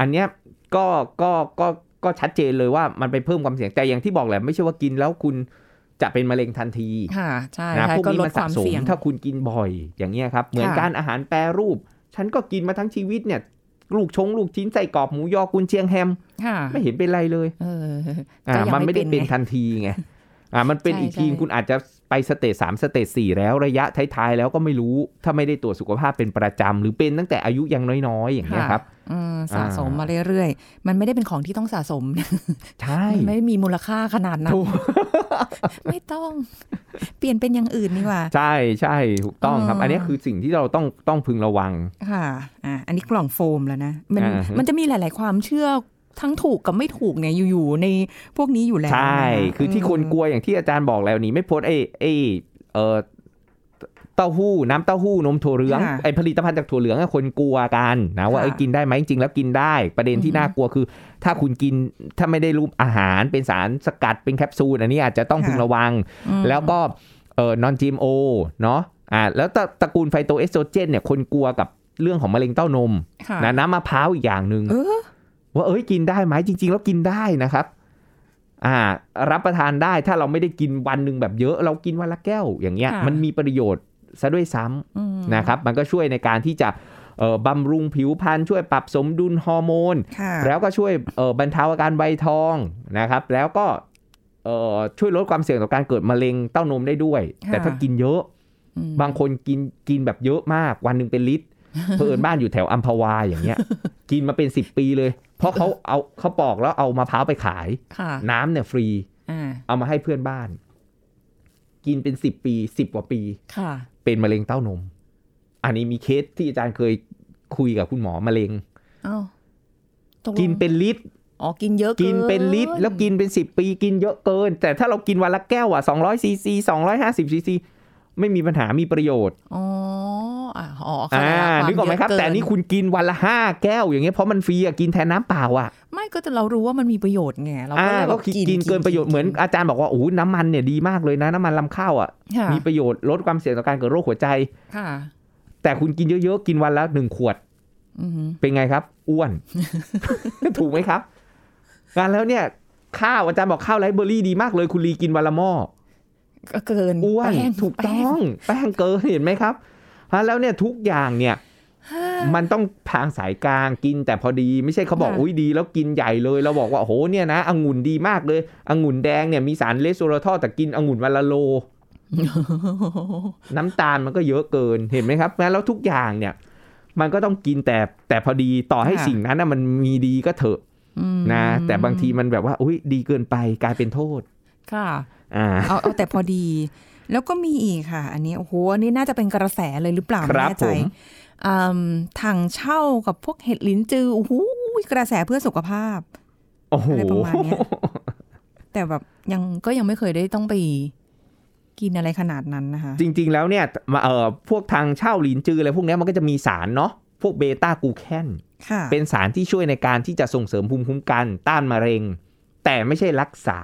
Speaker 2: อันเนี้ยก็ก็ก็ก็ชัดเจนเลยว่ามันไปเพิ่มความเสี่ยงแต่อย่างที่บอกแหละไม่ใช่ว่ากินแล้วคุณจะเป็นมะเร็งทันที
Speaker 3: ค่ะ ใช่
Speaker 2: นะ
Speaker 3: ใช่
Speaker 2: พวก
Speaker 3: ก็
Speaker 2: นี้
Speaker 3: ลด
Speaker 2: มัน
Speaker 3: ค
Speaker 2: สะ
Speaker 3: วาม
Speaker 2: สม
Speaker 3: เสี่ยง
Speaker 2: ถ้าคุณกินบ่อยอย่างเงี้ยครับ เหมือน
Speaker 3: ค่ะ
Speaker 2: การอาหารแปรรูป ฉันก็กินมาทั้งชีวิตเนี่ย ลูกชง ลูกชิ้นใส่กรอบหมูยอกุนเชียงแฮม
Speaker 3: ค่ะ
Speaker 2: ไม่เห็นเป็นไรเลย
Speaker 3: เออ
Speaker 2: อ่า
Speaker 3: ก็ยัง
Speaker 2: มันไม่ได้
Speaker 3: ง
Speaker 2: เป็นทันทีไงอ่ามันเป็น
Speaker 3: ใช่
Speaker 2: อีกที
Speaker 3: ใช่
Speaker 2: คุณอาจจะไปสเตจสามสเตจสี่แล้วระยะท้ายๆแล้วก็ไม่รู้ ถ้าไม่ได้ตรวจสุขภาพเป็นประจำหรือเป็นตั้งแต่อายุยังน้อยๆ อย่างเงี้ยครับ
Speaker 3: อืมสะสม
Speaker 2: อ่าม
Speaker 3: มาเรื่อยๆ มันไม่ได้เป็นของที่ต้องสะสมนะ
Speaker 2: ใช่
Speaker 3: มัน ไม่มีมูลค่าขนาดนั้น
Speaker 2: ถูก
Speaker 3: ไม่ต้อง เปลี่ยนเป็นอย่างอื่นดีกว่า
Speaker 2: ใช่ใช่ถูกต้องครับ
Speaker 3: อ่า
Speaker 2: อันนี้คือสิ่งที่เราต้องต้องพึงระวัง
Speaker 3: ค่ะอ่ะ อันนี้กล่องโฟมแล้วนะ มัน
Speaker 2: อ่าฮะ
Speaker 3: มันจะมีหลาย ๆ ความเชื่อทั้งถูกกับไม่ถูกเนี่ยอยู่ๆในพวกนี้อยู่แล้ว
Speaker 2: ใช่
Speaker 3: นะคะ
Speaker 2: คือที่คน
Speaker 3: ม
Speaker 2: กลัวอย่างที่อาจารย์บอกแล้วหนี่ไม่พ้นไอ้ไอ้เออเต้าหู้น้ำเต้าหู้นมถั่วเหลือง
Speaker 3: ค่ะ
Speaker 2: ไอ้ผลิตภัณฑ์จากถั่วเหลืองอะคนกลัวกันนะว่า
Speaker 3: ค่ะ
Speaker 2: ไอ้ยกินได้ไหมจริงๆแล้วกินได้ ประเด็นที่
Speaker 3: อือฮึ
Speaker 2: น่ากลัวคือ ถ้าคุณกินถ้าไม่ได้รูปอาหารเป็นสารสกัดเป็นแคปซูลอันนี้อาจจะต้อง
Speaker 3: ค่ะ
Speaker 2: พึงระวัง
Speaker 3: อืม
Speaker 2: แล้วก็เออนอนจีมโอเนาะอ่าแล้วตระตระกูลไฟโตเอสโตรเจนเนี่ยคนกลัวกับเรื่องของมะเร็งเต้านม
Speaker 3: ค่ะ
Speaker 2: นะน้ำมะพร้าวอีกอย่างหนึ
Speaker 3: เอ่
Speaker 2: ง
Speaker 3: อ
Speaker 2: ว่าเอ้ยกินได้ไหมจริง ๆ แล้วกินได้นะครับ อ่า รับประทานได้ถ้าเราไม่ได้กินวันหนึ่งแบบเยอะ เรากินวันละแก้ว อย่างเงี้ย
Speaker 3: ค่ะ
Speaker 2: มันมีประโยชน์ซะด้วยซ้ำ
Speaker 3: อืม
Speaker 2: นะครับ มันก็ช่วยในการที่จะเอ่อบำรุงผิวพรรณช่วยปรับสมดุลฮอร์โมน
Speaker 3: ค่ะ
Speaker 2: แล้วก็ช่วยเอ่อบรรเทาอาการใบทองนะครับ แล้วก็เอ่อช่วยลดความเสี่ยงต่อการเกิดมะเร็งเต้านมได้ด้วย แต่ถ้ากินเยอะ
Speaker 3: อืม
Speaker 2: บางคนกินกินแบบเยอะมากวันหนึ่งเป็นลิต ร เพื่อนบ้านอยู่แถวอัมพวาอย่างเงี้ย กินมาเป็น 10 ปีเลย เพราะเขาเอาเขาปอกแล้วเอามะพร้าวไปขาย
Speaker 3: ค่ะ
Speaker 2: น้ำเนี่ยฟรี
Speaker 3: อ่า
Speaker 2: เอามาให้เพื่อนบ้าน กินเป็น 10 ปี 10 กว่าปี
Speaker 3: ค่ะ
Speaker 2: เป็นมะเร็งเต้านม อันนี้มีเคสที่อาจารย์เคยคุยกับคุณหมอมะเร็ง
Speaker 3: เอ้าตลง
Speaker 2: กินเป็นลิตร
Speaker 3: อ๋อ กินเยอะ
Speaker 2: กินเป็นลิตร แล้วกินเป็น 10 ปีกินเยอะเกิน แต่ถ้าเรากินวันละแก้วอ่ะ200ซีซี250ซีซีไม่มีปัญหามีประโยชน์
Speaker 3: อ๋ออ่ะอ๋อเข้า
Speaker 2: อ่า
Speaker 3: ใจละวาม
Speaker 2: นึกออกไหมครับ
Speaker 3: เยะเ
Speaker 2: แต่นี่คุณกินวันละห้าแก้ว อย่างเงี้ยเพราะมันฟรีอะกินแทนน้ำเปล่าอ่ะ
Speaker 3: ไม่ก็จะเรารู้ว่ามันมีประโยชน์ไง เราก็
Speaker 2: อ่า
Speaker 3: เลย
Speaker 2: ก็
Speaker 3: แบบ
Speaker 2: กินกินเกินประโยชน์เหมือนอาจารย์บอกว่าโอ้โหน้ำมันเนี่ยดีมากเลยนะน้ำมันลำข้าวอ่ะ
Speaker 3: ค่ะ
Speaker 2: มีประโยชน์ลดความเสี่ยงต่อการเกิดโรคหัวใจ
Speaker 3: ค่ะ
Speaker 2: แต่คุณกินเยอะๆกินวันละหนึ่งขวด
Speaker 3: อืม
Speaker 2: เป็นไงครับ อ้วน ถูกไหมครับงานแล้วเนี่ยข้าวอาจารย์บอกข้าวไรซ์เบอร์รี่ดีมากเลย คุณลีกินวันละหม้อ
Speaker 3: ก็เกิน
Speaker 2: อ้วน
Speaker 3: แป้ง
Speaker 2: ถูกต้องแป้งเกินเห็นไหมครับอ่ะแล้วเนี่ยทุกอย่างเนี่ย
Speaker 3: แป้ง
Speaker 2: มันต้องทางสายกลางกินแต่พอดีไม่ใช่เขาบอก
Speaker 3: ค่ะ
Speaker 2: อุ้ยดี แล้วกินใหญ่เลยเราบอกว่าโอ้โหเนี่ยนะองุ่นดีมากเลยองุ่นแดงเนี่ยมีสารเลสโซลทอลแต่กินองุ่นวันละโล น้ำตาลมันก็เยอะเกินเห็นไหมครับแม้แล้วทุกอย่างเนี่ย มันก็ต้องกินแต่แต่พอดีต่อให้
Speaker 3: ค่ะ
Speaker 2: สิ่งนั้นนะมันมีดีก็เถอะ
Speaker 3: อืม
Speaker 2: นะ แต่บางทีมันแบบว่าอุ้ยดีเกินไปกลายเป็นโทษ
Speaker 3: ค่ะ
Speaker 2: อ่า
Speaker 3: เอาเอาแต่พอดี แล้วก็มีอีกค่ะ อันนี้โอ้โหอันนี่น่าจะเป็นกระแสเลยหรือเปล่า
Speaker 2: ค
Speaker 3: ไม่
Speaker 2: รับ
Speaker 3: แน่ใจ
Speaker 2: ผม
Speaker 3: อืมถังเช่ากับพวกเห็ดลิ้นจือโอ้โหกระแสเพื่อสุขภาพ
Speaker 2: โอ้โห
Speaker 3: อะไรประมาณเนี้ย แต่แบบยังก็ยังไม่เคยได้ต้องไปกินอะไรขนาดนั้นนะคะ
Speaker 2: จริง ๆ แล้วเนี่ยมาเอ่อพวกทางเช่าหลินจืออะไรพวกเนี้ยมันก็จะมีสารเนาะพวกเบต้ากลูแคน
Speaker 3: ค่ะ
Speaker 2: เป็นสารที่ช่วยในการที่จะส่งเสริมภูมิคุ้มกันต้านมะเร็ง แต่ไม่ใช่รักษา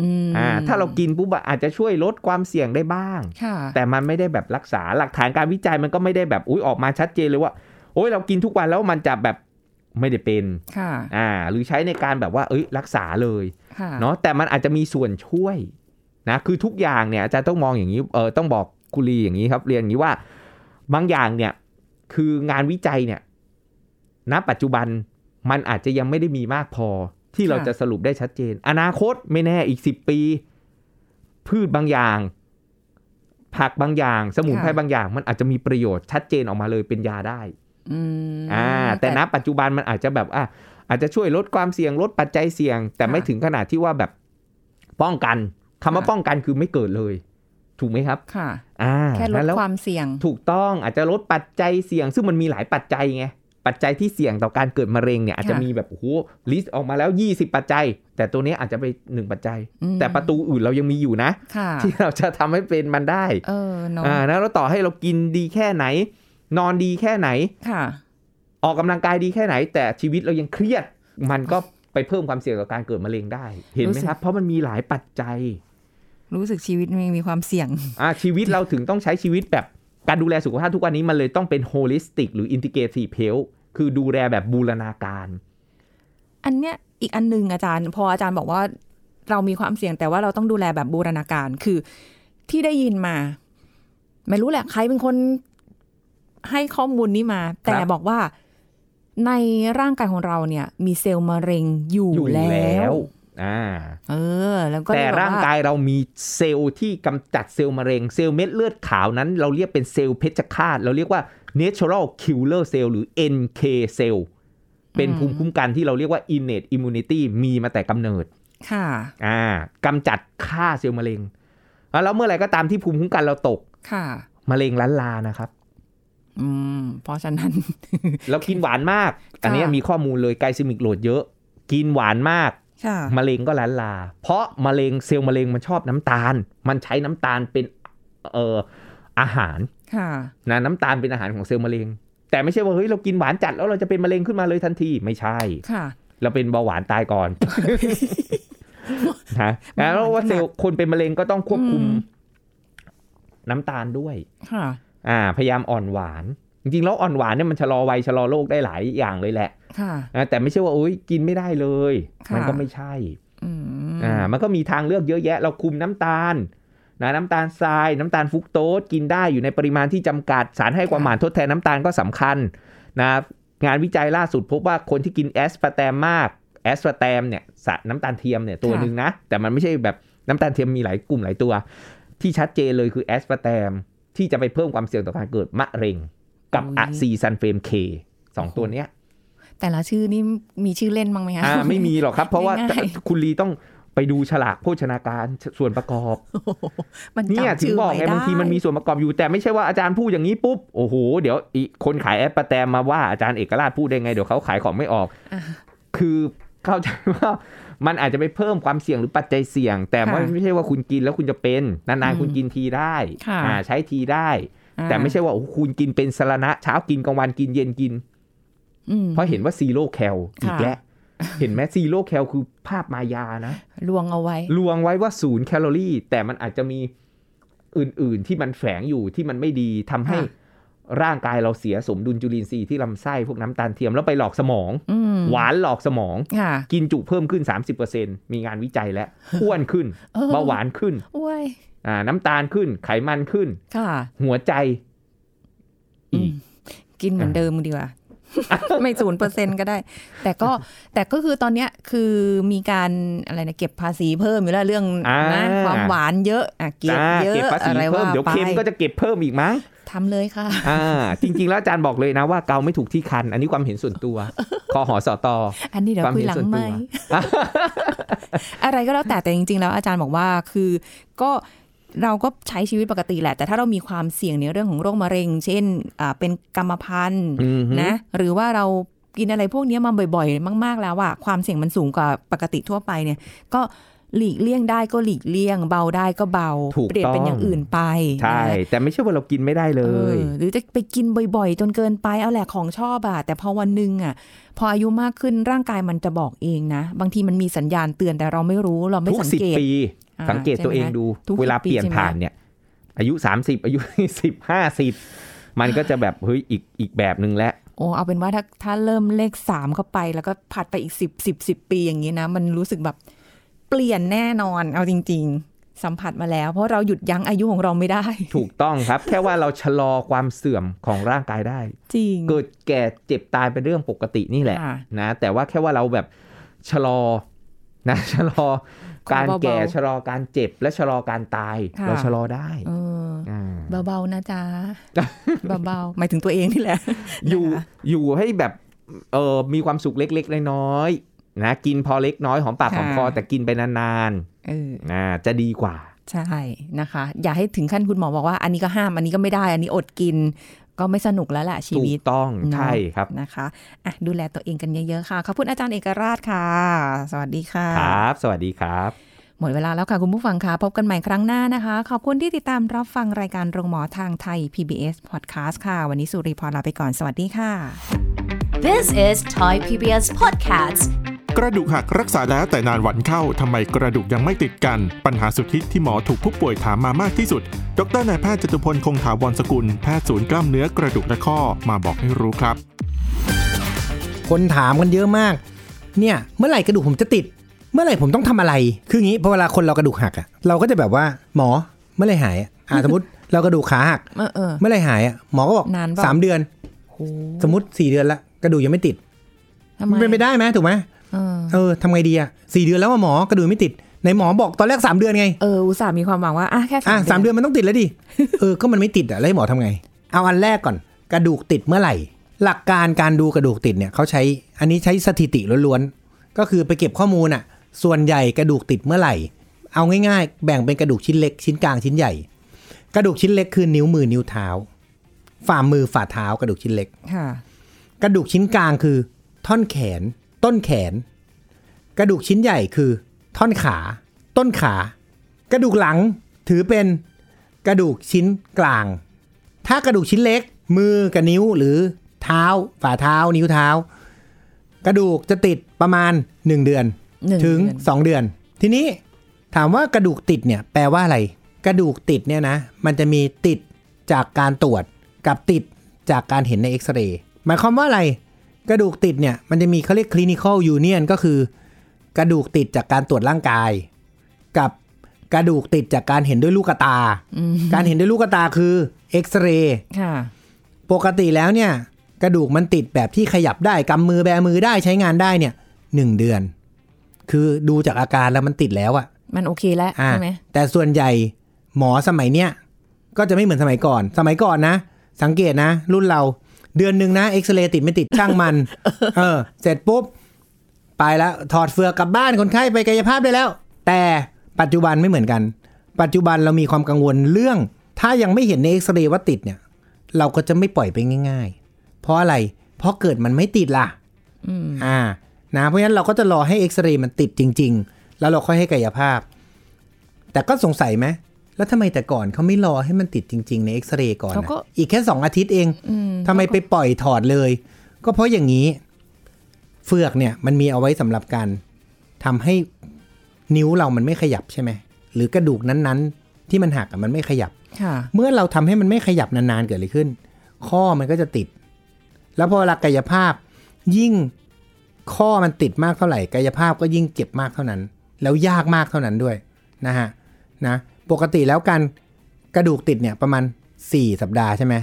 Speaker 3: อืม
Speaker 2: อ่าถ้าเรากินปุ๊บอะอาจจะช่วยลดความเสี่ยงได้บ้าง
Speaker 3: ค่ะ
Speaker 2: แต่มันไม่ได้แบบรักษาหลักฐานการวิจัยมันก็ไม่ได้แบบอุ้ยออกมาชัดเจนเลยว่า โอ้ยเรากินทุกวันแล้วมันจะแบบไม่ได้เป็น
Speaker 3: ค่ะ
Speaker 2: อ่าหรือใช้ในการแบบว่าเอ้ยรักษาเลย
Speaker 3: ค่ะ
Speaker 2: เนาะแต่มันอาจจะมีส่วนช่วยนะคือทุกอย่างเนี่ยอาจารย์ต้องมองอย่างนี้เออต้องบอกกุลีอย่างนี้ครับ เรียนอย่างนี้ว่าบางอย่างเนี่ยคืองานวิจัยเนี่ย ณปัจจุบันมันอาจจะยังไม่ได้มีมากพอ ที่เราจะสรุปได้ชัดเจน อนาคตไม่แน่อีกสิบปี พืชบางอย่าง ผักบางอย่าง สมุนไพรบางอย่าง มันอาจจะมีประโยชน์ชัดเจนออกมาเลยเป็นยาได้
Speaker 3: อืม
Speaker 2: อ่าแต่ณปัจจุบันมันอาจจะแบบอ่ะอาจจะช่วยลดความเสี่ยงลดปัจจัยเสี่ยง แต่
Speaker 3: ค่ะ
Speaker 2: ไม่ถึงขนาดที่ว่าแบบป้องกันคำว่า
Speaker 3: ค่ะ
Speaker 2: ป้องกันคือไม่เกิดเลย ถูกไหมครับ
Speaker 3: ค่ะ
Speaker 2: อ่า
Speaker 3: แค่ลด
Speaker 2: นั้นแล้ว
Speaker 3: ความเสี่ยง
Speaker 2: ถูกต้องอาจจะลดปัจจัยเสี่ยง ซึ่งมันมีหลายปัจจัยไง ปัจจัยที่เสี่ยงต่อการเกิดมะเร็งเนี่ยอาจจะ
Speaker 3: ค่ะ
Speaker 2: มีแบบโอ้โหลิสต์ออกมาแล้ว 20 ปัจจัย แต่ตัวเนี้ยอาจจะเป็นหนึ่งปัจจัย
Speaker 3: อืม
Speaker 2: แต่ประตูอื่นเรายังมีอยู่นะ
Speaker 3: ค่ะ
Speaker 2: ที่เราจะทำให้เป็นมันได้
Speaker 3: เออเนาะ
Speaker 2: อ่านะแล้วต่อให้เรากินดีแค่ไหน นอนดีแค่ไหน
Speaker 3: ค่ะ
Speaker 2: ออกกำลังกายดีแค่ไหน แต่ชีวิตเรายังเครียด มันก็ ไปเพิ่มความเสี่ยงต่อการเกิดมะเร็งได้ เห็นไหม
Speaker 3: รู้สึก
Speaker 2: ครับ เพราะมันมีหลายปัจจัย
Speaker 3: รู้สึกชีวิตมันมีความเสี่ยง
Speaker 2: อ่ะชีวิตเราถึงต้องใช้ชีวิตแบบการดูแลสุขภาพทุกวันนี้มันเลยต้องเป็น holistic หรือ integrative health คือดูแลแบบบูรณาการ
Speaker 3: อันเนี้ยอีกอันหนึงอาจารย์ พออาจารย์บอกว่าเรามีความเสี่ยงแต่ว่าเราต้องดูแลแบบบูรณาการคือที่ได้ยินมา ไม่รู้แหละใครเป็นคนให้ข้อมูลนี้มา แต่
Speaker 2: ครับ
Speaker 3: บอกว่าในร่างกายของเราเนี่ย มีเซลล์มะเร็งอยู่
Speaker 2: อยู่
Speaker 3: แล
Speaker 2: แล้
Speaker 3: ้ว
Speaker 2: ว อ่า
Speaker 3: เออ แล้วก็
Speaker 2: แต่
Speaker 3: เลยบอกว่
Speaker 2: ร่างกายเรามีเซลล์ที่กำจัดเซลล์มะเร็ง เซลล์เม็ดเลือดขาวนั้น เราเรียกเป็นเซลล์เพชฌฆาตเราเรียกว่า natural killer cell หรือ NK cell เป็นภูมิคุ้มกันที่เราเรียกว่า innate immunity มีมาแต่กำเนิด
Speaker 3: ค่ะ
Speaker 2: อ่ากำจัดฆ่าเซลล์มะเร็ง แล้วเมื่อไหร่ก็ตามที่ภูมิคุ้มกันเราตก
Speaker 3: ค่ะ
Speaker 2: มะเร็งล้านลานะครับ
Speaker 3: อืม เพราะฉะนั้น
Speaker 2: เรากินหวานมาก อันนี้มีข้อมูลเลยไกลซิมิกโหลดเยอะ กินหวานมาก
Speaker 3: ค่ะ
Speaker 2: มะเร็งก็ล้านลา เพราะมะเร็งเซลล์มะเร็งมันชอบน้ำตาล มันใช้น้ำตาลเป็นเอ่ออาหาร
Speaker 3: ค่ะ
Speaker 2: นะน้ำตาลเป็นอาหารของเซลล์มะเร็ง แต่ไม่ใช่ว่าเฮ้ยเรากินหวานจัดแล้วเราจะเป็นมะเร็งขึ้นมาเลยทันทีไม่ใช่
Speaker 3: ค่ะ
Speaker 2: เราเป็นเบาหวานตายก่อน นะแล้วว่าเซลล์คนเป็นมะเร็งก็ต้องควบคุม
Speaker 3: อืม
Speaker 2: น้ำตาลด้วย
Speaker 3: ค่ะ
Speaker 2: อ่า พยายามอ่อนหวาน จริงๆแล้วอ่อนหวานเนี่ยมันชะลอวัยชะลอโรคได้หลายอย่างเลยแหละ
Speaker 3: ค่ะ
Speaker 2: อ่าแต่ไม่ใช่ว่าโอ๊ยกินไม่ได้เลย
Speaker 3: ค่ะ
Speaker 2: มันก็ไม่ใช่
Speaker 3: อืม
Speaker 2: อ่ามันก็มีทางเลือกเยอะแยะ เราคุมน้ำตาลนะน้ำตาลทราย น้ำตาลฟรุกโตสกินได้อยู่ในปริมาณที่จำกัดสารให้ความหวานทดแทนน้ำตาลก็สำคัญนะงานวิจัยล่าสุดพบว่าคนที่กินแอสปาร์แตมมากแอสปาร์แตมเนี่ยสารน้ำตาลเทียมเนี่ยตัว
Speaker 3: ค่ะ
Speaker 2: หนึ่งนะ แต่มันไม่ใช่แบบน้ำตาลเทียมมีหลายกลุ่มหลายตัว ที่ชัดเจนเลยคือแอสปาร์แตมที่จะไปเพิ่มความเสี่ยงต่อการเกิดมะเร็ง กับอะซีซันเฟมเคสองตัวเนี้ย
Speaker 3: แต่ละชื่อนี่มีชื่อเล่นบ้างไหมคะ
Speaker 2: อ่าไม่มีหรอกครับ เพราะว่า
Speaker 3: ง่าย
Speaker 2: คุณลีต้องไปดูฉลากโภชนาการส่วนประกอบ
Speaker 3: มันจำ
Speaker 2: เนี่ยถึง
Speaker 3: ชื่
Speaker 2: บอกไง
Speaker 3: ด้
Speaker 2: บางทีมันมีส่วนประกอบอยู่ แต่ไม่ใช่ว่าอาจารย์พูดอย่างนี้ปุ๊บ โอ้โห เดี๋ยวอีกคนขายแอปเปลแตมมาว่าอาจารย์เอกราชพูดได้ไง เดี๋ยวเขาขายของไม่ออก
Speaker 3: อ่ะ
Speaker 2: คือเข้าใจว่ามันอาจจะไปเพิ่มความเสี่ยงหรือปัจจัยเสี่ยง แต่ว่า
Speaker 3: ค่ะ
Speaker 2: ไม่ใช่ว่าคุณกินแล้วคุณจะเป็นนาน
Speaker 3: อืม
Speaker 2: ๆคุณกินทีได้
Speaker 3: ค่ะ
Speaker 2: อ่าใช้ทีได้
Speaker 3: อ่า
Speaker 2: แต่ไม่ใช่ว่าโอ้โหคุณกินเป็นสารณะเช้ากินกลางวันกินเย็นกิน
Speaker 3: อืม
Speaker 2: เพราะเห็นว่าซีโร่แคลอีก
Speaker 3: ค่ะ
Speaker 2: แล้วเห็นไหมซีโร่แคลคือภาพมายานะ
Speaker 3: ลวงเอาไว้
Speaker 2: ลวงไว้ว่าศูนย์แคลอรี่ แต่มันอาจจะมีอื่น ๆ ที่มันแฝงอยู่ที่มันไม่ดีทำให้
Speaker 3: ค่ะ
Speaker 2: ร่างกายเราเสียสมดุลจุลินทรีย์ที่ลำไส้พวกน้ำตาลเทียมแล้วไปหลอกสมอง
Speaker 3: อืม
Speaker 2: หวานหลอกสมอง
Speaker 3: ค่ะ
Speaker 2: กินจุเพิ่มขึ้น 30%มีงานวิจัยแล้ว อ้วนขึ้น
Speaker 3: เออ
Speaker 2: เบาหวานขึ้น
Speaker 3: โอ้ย
Speaker 2: อ่าน้ำตาลขึ้น ไขมันขึ้น
Speaker 3: ค่ะ
Speaker 2: หัวใจอีก
Speaker 3: กินเหมือน
Speaker 2: อ่า
Speaker 3: เดิมดีกว่า ไม่ศูนเปอร์เซ็นก็ได้ แต่ ก็ แต่ก็คือตอนเนี้ยคือมีการอะไรนะเก็บภาษีเพิ่มอยู่แล้วเรื่อง
Speaker 2: อ่า
Speaker 3: นะความหวานเยอะอ่ะเก็บ
Speaker 2: จ้า
Speaker 3: เยอะ
Speaker 2: เก็บภาษี
Speaker 3: อะไร
Speaker 2: เพิ่
Speaker 3: ว่าม
Speaker 2: เดี๋ยว
Speaker 3: ไป
Speaker 2: เค็มก็จะเก็บเพิ่มอีกมั้ง
Speaker 3: ทำเลยค่ะ
Speaker 2: อ่า จริง ๆ แล้วอาจารย์บอกเลยนะว่าเกาไม่ถูกที่คัน อันนี้ความเห็นส่วน ตัวคอหอสอตอ
Speaker 3: อันนี้เดี๋ยว
Speaker 2: ความ
Speaker 3: คุย
Speaker 2: เห็น
Speaker 3: หลัง
Speaker 2: ส่วน
Speaker 3: ไหม
Speaker 2: ตัว
Speaker 3: ค์ อะไรก็แล้วแต่แต่จริง ๆ แล้วอาจารย์บอกว่าคือก็เราก็ใช้ชีวิตปกติแหละ แต่ถ้าเรามีความเสี่ยงในเรื่องของโรคมะเร็ง เช่นอ่าเป็นกรรมพันธุ์
Speaker 2: อือฮึ
Speaker 3: นะหรือว่าเรากินอะไรพวกเนี้ยมาบ่อยๆ มาก ๆ แล้วอะความเสี่ยงมันสูงกว่าปกติทั่วไปเนี่ย ก็หลีกเลี่ยงได้ก็หลีกเลี่ยง เบาได้ก็เบา
Speaker 2: ถูก
Speaker 3: เปลี่ยนเป็นอย่าง
Speaker 2: ต้อง
Speaker 3: อื่นไป
Speaker 2: ใช่
Speaker 3: นะ
Speaker 2: แต่ไม่ใช่ว่าเรากินไม่ได้เล
Speaker 3: เอย อหรือจะไปกินบ่อย ๆ จนเกินไปเอาแหละของชอบอะแต่พอวันหนึ่งอะพออายุมากขึ้นร่างกายมันจะบอกเองนะ บางทีมันมีสัญญาณเตือนแต่เราไม่รู้เราไม่
Speaker 2: ทุก
Speaker 3: สัง
Speaker 2: สิบ
Speaker 3: เกต
Speaker 2: ปี
Speaker 3: อ่า
Speaker 2: สังเกตตัวเอง
Speaker 3: ใช่ไหม
Speaker 2: ดู
Speaker 3: ทุก10
Speaker 2: เวลาเปลี่ยน
Speaker 3: ปีใช่ไหม
Speaker 2: ผ่านเนี่ย อายุ 30 อายุ 20 50 มันก็จะแบบ เฮ้ยอีกอีกแบบหนึ่งแล้ว
Speaker 3: โอ้เอาเป็นว่าถ้าถ้าเริ่มเลขสามเข้าไป แล้วก็ผัดไปอีกสิบสิบสิบปีอย่างนี้นะ มันรู้สึกแบบเปลี่ยนแน่นอน เอาจริง ๆ สัมผัสมาแล้ว เพราะเราหยุดยั้งอายุของเราไม่ได้
Speaker 2: ถูกต้องครับ แค่ว่าเราชะลอความเสื่อมของร่างกายได้
Speaker 3: จริง
Speaker 2: เกิดแก่เจ็บตายเป็นเรื่องปกตินี่แหละ
Speaker 3: ค่ะ
Speaker 2: นะ แต่ว่าแค่ว่าเราแบบชะลอนะ ชะลอการ
Speaker 3: ขอเบาๆ
Speaker 2: แก่ชะลอการเจ็บและชะลอการตาย
Speaker 3: ค่ะ
Speaker 2: เราชะลอได้
Speaker 3: เออ
Speaker 2: อ่า
Speaker 3: เบาๆนะ จ๊ะ เบาๆหมายถึงตัวเองนี่แหละ
Speaker 2: อยู่
Speaker 3: นะคะ
Speaker 2: อยู่ให้แบบเออมีความสุขเล็กๆ น้อยๆนะกินพอเล็กน้อยหอมปากหอมคอแต่กินไปนาน
Speaker 3: เออ
Speaker 2: ๆนะจะดีกว่า
Speaker 3: ใช่นะคะ อย่าให้ถึงขั้นคุณหมอบอกว่า อันนี้ก็ห้ามอันนี้ก็ไม่ได้ อันนี้อดกิน ก็ไม่สนุกแล้วล่ะชี
Speaker 2: ถู
Speaker 3: วิต
Speaker 2: กต้อง
Speaker 3: เนอะ
Speaker 2: ใช่ครับ
Speaker 3: นะคะอ่ะดูแลตัวเองกันเยอะๆค่ะขอบคุณอาจารย์เอกราชค่ะ สวัสดีค่ะ
Speaker 2: ครับ สวัสดีครับ
Speaker 3: หมดเวลาแล้วค่ะ คุณผู้ฟังค่ะ พบกันใหม่ครั้งหน้านะคะ ขอบคุณที่ติดตามรับฟังรายการโรงหมอทางไทย PBS Podcast ค่ะ วันนี้สุริพรลาไปก่อน สวัสดีค่ะ
Speaker 1: This is Thai PBS Podcast.
Speaker 5: กระดูกหักรักษาแล้วแต่นานวันเข้าทำไมกระดูกยังไม่ติดกัน ปัญหาสุดฮิตที่หมอถูกผู้ป่วยถามมามากที่สุด ดรนายแพทย์จตุพลคงถาวรสกุล แพทย์ศูนย์กล้ามเนื้อกระดูกและข้อมาบอกให้รู้ครับ
Speaker 6: คนถามกันเยอะมาก เนี่ย เมื่อไหร่กระดูกผมจะติด เมื่อไหร่ผมต้องทำอะไร คืออย่างนี้พอเวลาคนเรากระดูกหักอะเราก็จะแบบว่าหมอเมื่อไหร่หายอะอ่ะสมมติ เรากระดูกขาหัก
Speaker 3: เออเออ
Speaker 6: เมื่อไหร่หายอะหมอก็บอก
Speaker 3: นานเปล่า
Speaker 6: สามเดือน สมมติสี่เดือนละกระดูกยังไม่ติด
Speaker 3: ทำไม
Speaker 6: มันเป็นไปได้ไหมถูกไหม
Speaker 3: เออ
Speaker 6: เออทำไงดีอะสี่เดือนแล้วอะหมอกระดูกยังไม่ติดในหมอบอกตอนแรกสามเดือนไง
Speaker 3: เอออุตส่าห์มีความหวังว่าอ่ะแค่
Speaker 6: อ่ะสามเดือนมันต้องติดแล้วดิ เออ ก็มันไม่ติดอ่ะ แล้วให้หมอทำไง เอาอันแรกก่อน กระดูกติดเมื่อไหร่ หลักการการดูกระดูกติดเนี่ยเขาใช้ อันนี้ใช้สถิติล้วนๆ ก็คือไปเก็บข้อมูลอ่ะ ส่วนใหญ่กระดูกติดเมื่อไหร่ เอาง่ายๆ แบ่งเป็นกระดูกชิ้นเล็กชิ้นกลางชิ้นใหญ่ กระดูกชิ้นเล็กคือนิ้วมือนิ้วเท้า ฝ่ามือฝ่าเท้ากระดูกชิ้นเล็ก
Speaker 3: ค่ะ
Speaker 6: กระดูกชิ้นกลางคือ ท่อนแขน ต้นแขน กระดูกชิ้นใหญ่คือ ท่อนขา ต้นขา กระดูกหลังถือเป็นกระดูกชิ้นกลาง ถ้ากระดูกชิ้นเล็ก มือกับนิ้วหรือเท้า ฝ่าเท้า นิ้วเท้า กระดูกจะติดประมาณ 1 เดือน
Speaker 3: หนึ่ง
Speaker 6: ถึง
Speaker 3: เดือน
Speaker 6: 2 เดือน ทีนี้ถามว่ากระดูกติดเนี่ยแปลว่าอะไร กระดูกติดเนี่ยนะ มันจะมีติดจากการตรวจกับติดจากการเห็นในเอ็กซเรย์หมายความว่าอะไร กระดูกติดเนี่ยมันจะมีเขาเรียก clinical union ก็คือ กระดูกติดจากการตรวจร่างกาย กับกระดูกติดจากการเห็นด้วยลูกตา การเห็นด้วยลูกตาคือเอ็กซเรย์
Speaker 3: ค่ะ
Speaker 6: ปกติแล้วเนี่ย กระดูกมันติดแบบที่ขยับได้กำมือแบมือได้ใช้งานได้เนี่ยหนึ่งเดือน คือดูจากอาการแล้วมันติดแล้วอะ
Speaker 3: มันโอเคแล้ว
Speaker 6: อ่ะ
Speaker 3: ใช่ไหม
Speaker 6: แต่ส่วนใหญ่หมอสมัยเนี้ยก็จะไม่เหมือนสมัยก่อน สมัยก่อนนะ สังเกตนะ รุ่นเราเดือนหนึ่งนะเอ็กซเรย์ติดไม่ติดช่างมัน เออ เสร็จปุ๊บ ไปแล้วถอดเฟือกกลับบ้านคนไข้ไปกายภาพได้แล้ว แต่ปัจจุบันไม่เหมือนกัน ปัจจุบันเรามีความกังวลเรื่อง ถ้ายังไม่เห็นในเอ็กซเรย์ว่าติดเนี่ย เราก็จะไม่ปล่อยไปง่าย ๆ เพราะอะไร เพราะเกิดมันไม่ติดล่ะอ่า นะ เพราะฉะนั้นเราก็จะรอให้เอ็กซเรย์มันติดจริง ๆ แล้วเราค่อยให้กายภาพ แต่ก็สงสัยไหม แล้วทำไมแต่ก่อนเขาไม่รอให้มันติดจริง ๆ ในเอ็กซเรย์ก่อน
Speaker 3: เขา
Speaker 6: นะ
Speaker 3: ก็
Speaker 6: อีกแค่สองอาทิตย์เองทำไมไปปล่อยถอดเลย ก็เพราะอย่างนี้ เฟือกเนี่ยมันมีเอาไว้สำหรับการทำให้นิ้วเรามันไม่ขยับใช่ไหม หรือกระดูกนั้นๆ ที่มันหักอะมันไม่ขยับ
Speaker 3: ค่ะ
Speaker 6: เมื่อเราทำให้มันไม่ขยับนานๆเกิดอะไรขึ้น ข้อมันก็จะติด แล้วพอเวลากายภาพยิ่งข้อมันติดมากเท่าไหร่ กายภาพก็ยิ่งเจ็บมากเท่านั้น แล้วยากมากเท่านั้นด้วยนะฮะนะปกติแล้วการกระดูกติดเนี่ยประมาณ 4 สัปดาห์ใช่ไหม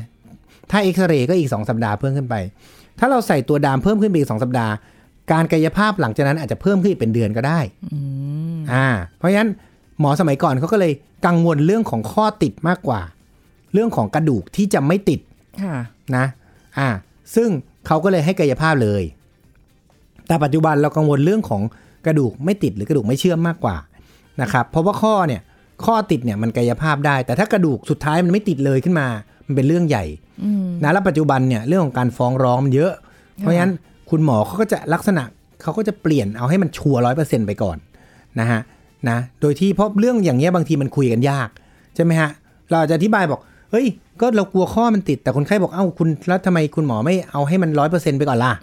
Speaker 6: ถ้าเอ็กซเรย์ก็อีก 2 สัปดาห์เพิ่มขึ้นไป ถ้าเราใส่ตัวดามเพิ่มขึ้นไปอีก 2 สัปดาห์ การกายภาพหลังจากนั้นอาจจะเพิ่มขึ้นอีกเป็นเดือนก็ได้ อ่า เพราะฉะนั้นหมอสมัยก่อนเขาก็เลยกังวลเรื่องของข้อติดมากกว่า เรื่องของกระดูกที่จะไม่ติด
Speaker 3: ค่ะ
Speaker 6: นะ อ่า ซึ่งเขาก็เลยให้กายภาพเลย แต่ปัจจุบันเรากังวลเรื่องของกระดูกไม่ติดหรือกระดูกไม่เชื่อมมากกว่านะครับ เพราะว่าข้อเนี่ยข้อติดเนี่ยมันกายภาพได้ แต่ถ้ากระดูกสุดท้ายมันไม่ติดเลยขึ้นมา มันเป็นเรื่องใหญ่นะแล้วปัจจุบันเนี่ยเรื่องของการฟ้องร้องมันเยอะ เพราะฉะนั้นคุณหมอเขาก็จะลักษณะเขาก็จะเปลี่ยนเอาให้มันชัวร้อยเปอร์เซ็นต์ไปก่อนนะฮะนะโดยที่เพราะเรื่องอย่างเงี้ยบางทีมันคุยกันยากใช่ไหมฮะเราอาจจะอธิบายบอกเฮ้ย ก็เรากลัวข้อมันติดแต่คนไข้บอกเอ้าคุณแล้วทำไมคุณหมอไม่เอาให้มันร้อยเปอร์เซ็นต์ไปก่อนล่ะ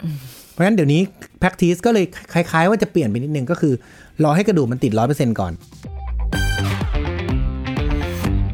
Speaker 6: เพราะฉะนั้นเดี๋ยวนี้ practice ก็เลยคล้ายๆ ว่าจะเปลี่ยนไปนิดนึงก็คือ รอให้กระดูกมันติด 100%ก่อน